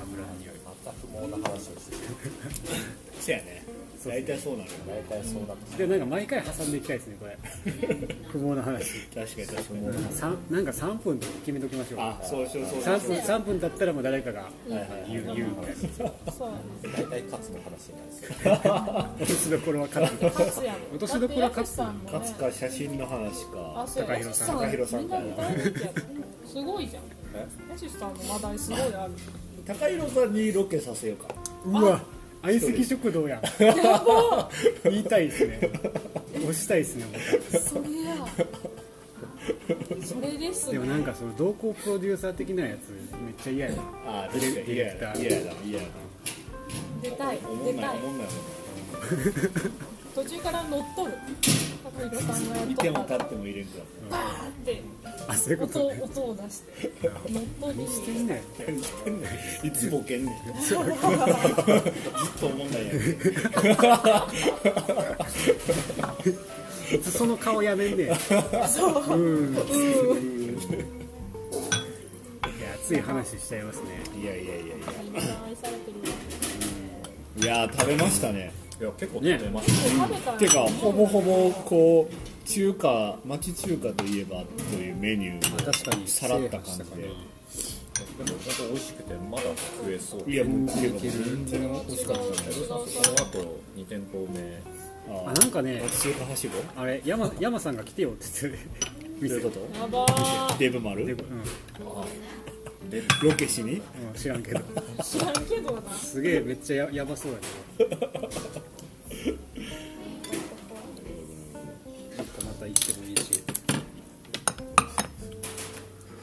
Speaker 1: 油の匂い
Speaker 7: また不毛な話をしてる
Speaker 4: せやね大体そうなるよね
Speaker 7: 大体そうなっ
Speaker 1: でもなんか毎回挟んでいきたいですねこれ不毛な話
Speaker 4: 確かに確かに
Speaker 1: さんなんか3分とか決めときましょう
Speaker 4: あそうそうそう
Speaker 1: 3分三分だったらもう誰かが
Speaker 4: はいはい
Speaker 1: 言う言うみたいな
Speaker 2: そうなんで
Speaker 7: て大体勝つの話になるんですけど
Speaker 1: 落としどころは勝つ
Speaker 2: すカツやもん
Speaker 1: 落としどころはカツ
Speaker 2: だってヤクシさんもね
Speaker 4: 勝つか写真の話か
Speaker 2: あそうや
Speaker 1: 高弘さ
Speaker 4: ん
Speaker 2: ヤクシ
Speaker 4: 高弘さん
Speaker 2: みんな大人気やもんすごいじゃんヤシさんの話題すごいある
Speaker 4: 高弘さんにロケさせようか
Speaker 1: うわ相席食堂やん言いたいですね押したいですね
Speaker 2: それやそれです
Speaker 1: で
Speaker 2: ね
Speaker 1: もなんかその同行プロデューサー的なやつめっちゃ嫌やな
Speaker 4: あ確かに嫌やな嫌やな嫌やな
Speaker 2: 出たい
Speaker 4: おも
Speaker 2: 出
Speaker 4: んな
Speaker 2: た
Speaker 4: い
Speaker 2: い
Speaker 4: おもんない
Speaker 2: 途中から乗っとる高弘さんがやっ
Speaker 4: い
Speaker 2: と
Speaker 4: て
Speaker 2: っ
Speaker 4: も
Speaker 2: た
Speaker 4: 立
Speaker 2: ら
Speaker 4: っても入れんくなっ
Speaker 2: バーンって
Speaker 1: あそういうこと
Speaker 2: 音
Speaker 1: ね
Speaker 2: 音を出して乗っ取りに
Speaker 1: してんね
Speaker 4: たいつボケんねんずっとおもんないやん
Speaker 1: んその顔やめんねんいや熱い話しちゃいますね
Speaker 4: いやいやいやいや
Speaker 2: みんな愛されてる
Speaker 4: いやー食べましたね
Speaker 7: いや結構食べます
Speaker 2: 食べたら
Speaker 4: てかほぼほぼこう中華町中華といえばというメニュー
Speaker 1: 確かに
Speaker 4: をさらった感じで
Speaker 7: でも本当美味しくてまだ食えそう
Speaker 4: いやもういけば全然
Speaker 7: 美味しかったんだけどさその後二店舗目
Speaker 1: あ
Speaker 4: あ
Speaker 1: なんかね
Speaker 4: 町中華はしご
Speaker 1: あれ山山さんが来てよって言ってたよね
Speaker 4: どうい
Speaker 1: 店
Speaker 4: うこと
Speaker 2: やばー
Speaker 4: デブ丸
Speaker 1: で うん
Speaker 4: ロケしに
Speaker 1: うん知らんけど
Speaker 2: 知らんけどな
Speaker 1: すげえめっちゃややばそうだけどなんかまた行ってもいいし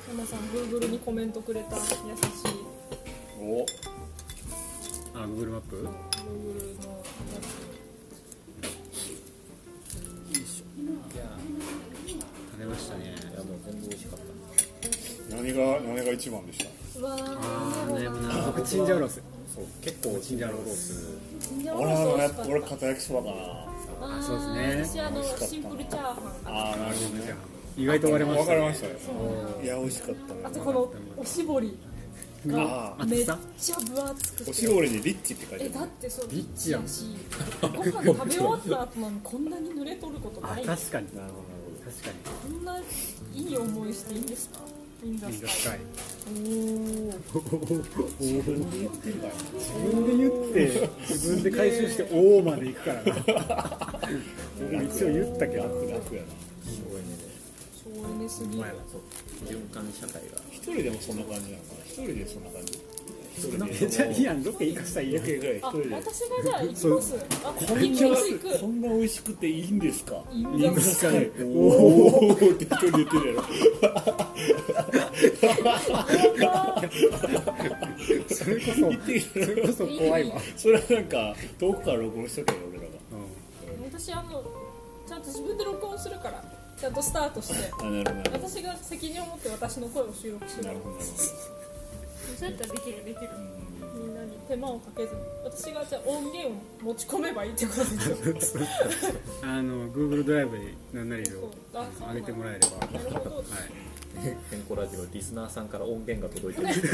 Speaker 2: 山さん Google にコメントくれた優しい
Speaker 4: お
Speaker 1: あ Google マップ
Speaker 2: Google のや
Speaker 1: 食べましたね
Speaker 7: いやもう全部美味しかった
Speaker 4: 何が何が一番でした
Speaker 2: つうわ
Speaker 1: あ
Speaker 2: ー
Speaker 1: ー悩むな僕チンジャオロース
Speaker 7: そう結構チンジャオロース
Speaker 2: チンジャオロ
Speaker 4: 俺
Speaker 2: ース美
Speaker 4: は
Speaker 2: 味しか
Speaker 4: やっ
Speaker 2: っ
Speaker 4: ぱ
Speaker 2: た
Speaker 4: 俺片焼きそばかな
Speaker 2: あ
Speaker 1: そうです
Speaker 2: ね私あのシンプルチャーハン
Speaker 4: ああなるほどね
Speaker 1: 意外と割れま
Speaker 4: わ
Speaker 1: し
Speaker 4: か
Speaker 1: た
Speaker 4: り
Speaker 1: ね
Speaker 4: ましたよいや美味しかった
Speaker 2: あ
Speaker 4: ね
Speaker 2: とこのおしぼりが
Speaker 4: ああ
Speaker 2: めっちゃ分厚くて
Speaker 4: おしぼりにリッチって書いて
Speaker 2: え
Speaker 4: ある
Speaker 2: だってそう
Speaker 1: リッチやん
Speaker 2: だしご飯食べ終わった後なのにこんなに濡れとること
Speaker 1: あ
Speaker 2: ないこ
Speaker 1: 確かに確か
Speaker 2: んないい思いしていいんですかいいんだ
Speaker 1: に
Speaker 2: ス
Speaker 1: いい
Speaker 2: カ
Speaker 1: が
Speaker 2: イ
Speaker 1: 深い自
Speaker 2: お
Speaker 1: 分で言って自分で回収して「おお」まで行くからな俺一応言ったけど
Speaker 4: 楽楽やな
Speaker 2: ー省エネすぎる
Speaker 7: 循環社会が
Speaker 4: 一人でもそんな感じなのかな一人でそんな感じ
Speaker 1: めちゃいいやんロケ行かしたらいいやん
Speaker 4: ロ ケぐらい一
Speaker 2: あ
Speaker 4: 人で
Speaker 2: 私がじゃあ行きますあ行きます行
Speaker 4: こ
Speaker 2: く
Speaker 4: んな美味しくていいんですか
Speaker 2: いいんだ
Speaker 4: 確かにおおって一人で言ってるやろ
Speaker 1: それこそそれこそ怖いわ
Speaker 4: それはなんか遠くから録音しとけよ俺らが
Speaker 2: 私あのちゃんと自分で録音するからちゃんとスタートして
Speaker 4: あなるほどなるほど
Speaker 2: 私が責任を持って私の声を収録し
Speaker 4: な
Speaker 2: よ
Speaker 4: る
Speaker 2: う
Speaker 4: ほど
Speaker 2: そうやったらできるできるみんなに手間をかけずに私がじゃあ音源を持ち込めばいいってことですよ
Speaker 1: あの Google ドライブになんなり
Speaker 2: そう
Speaker 1: を
Speaker 2: あそう
Speaker 1: 上げてもらえれば
Speaker 2: なるほど、
Speaker 7: 健康ラジオリスナーさんから音源が届いてる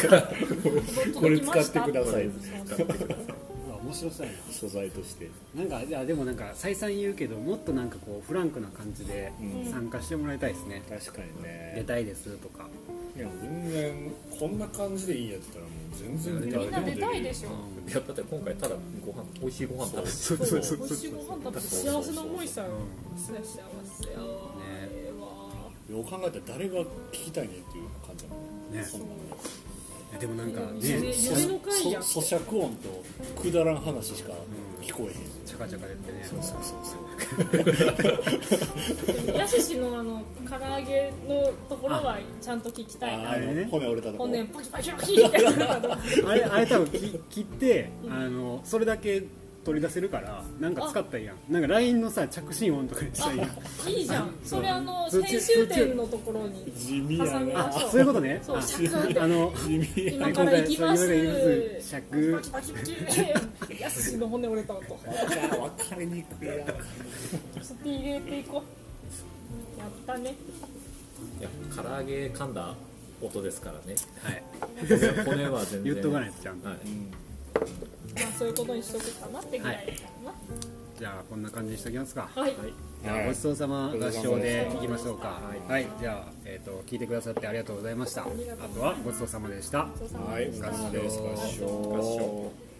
Speaker 4: これ使ってくださ
Speaker 2: そ
Speaker 4: い
Speaker 2: うそう
Speaker 1: あ
Speaker 10: 面白そうやな
Speaker 4: 素材として
Speaker 10: なんかいやでもなんか再三言うけどもっとなんかこうフランクな感じで
Speaker 4: うん
Speaker 10: 参加してもらいたいですね、
Speaker 4: 確かに
Speaker 10: 出
Speaker 4: ね
Speaker 10: たいですとか、
Speaker 4: いや全然こんな感じでいいんやったらもう全然
Speaker 2: みんな出たいでしょ
Speaker 7: いやだって今回ただご飯美味しいご飯食べて
Speaker 2: そう美味しいご飯食べて幸せな思いしたよ幸せやわええわ
Speaker 4: よう考えたら誰が聞きたいねっていう感じだもんね
Speaker 10: ね
Speaker 4: そんなの
Speaker 10: いやでもなんかね
Speaker 2: 夢夢の会やん
Speaker 4: そ咀嚼音とくだらん話しか聞こえへん、
Speaker 10: チャカチャカ出てね
Speaker 4: そうそうそうそう
Speaker 2: やししのあの唐揚げのところはちゃんと聞きたい
Speaker 4: あ
Speaker 2: な
Speaker 4: ーあの、
Speaker 10: ね
Speaker 4: 骨折れたとこ
Speaker 2: 骨パキパキパキってなる の
Speaker 10: あれあれ多分き切ってあのそれだけ取り出せるからなんか使ったらいいやんなんか LINE のさ着信音とかにしたらいいやん
Speaker 2: いいじゃんそれあの
Speaker 10: そっち
Speaker 2: 編集点のところに
Speaker 4: 地味
Speaker 2: 挟
Speaker 4: や
Speaker 2: み
Speaker 4: な
Speaker 2: ま
Speaker 10: あ
Speaker 2: しょう
Speaker 10: そういうことね
Speaker 2: そう
Speaker 10: あ
Speaker 2: シャカ
Speaker 10: あの
Speaker 4: 地味や
Speaker 2: 今から行きます
Speaker 10: 今から行きますシャク
Speaker 2: パキパキパキやすしの骨折れた音
Speaker 4: わかりにくいや
Speaker 2: ちょっと入れていこうやったね
Speaker 7: いや唐揚げ噛んだ音ですからね
Speaker 10: はい
Speaker 7: 骨は全然
Speaker 10: 言っとかないとちゃんと
Speaker 7: はい、
Speaker 2: まあそういうことにしとくかなってぐらいか
Speaker 10: じゃあこんな感じにしておきますか
Speaker 2: なはい
Speaker 10: じゃあごちそうさま合唱でいきましょうか
Speaker 7: はい
Speaker 10: はいじゃあえっと聞いてくださってありがとうございましたあ
Speaker 2: りがとう
Speaker 10: とはごちそうさまでした
Speaker 2: ごちそうさま
Speaker 4: はい、お疲れ様です。合唱。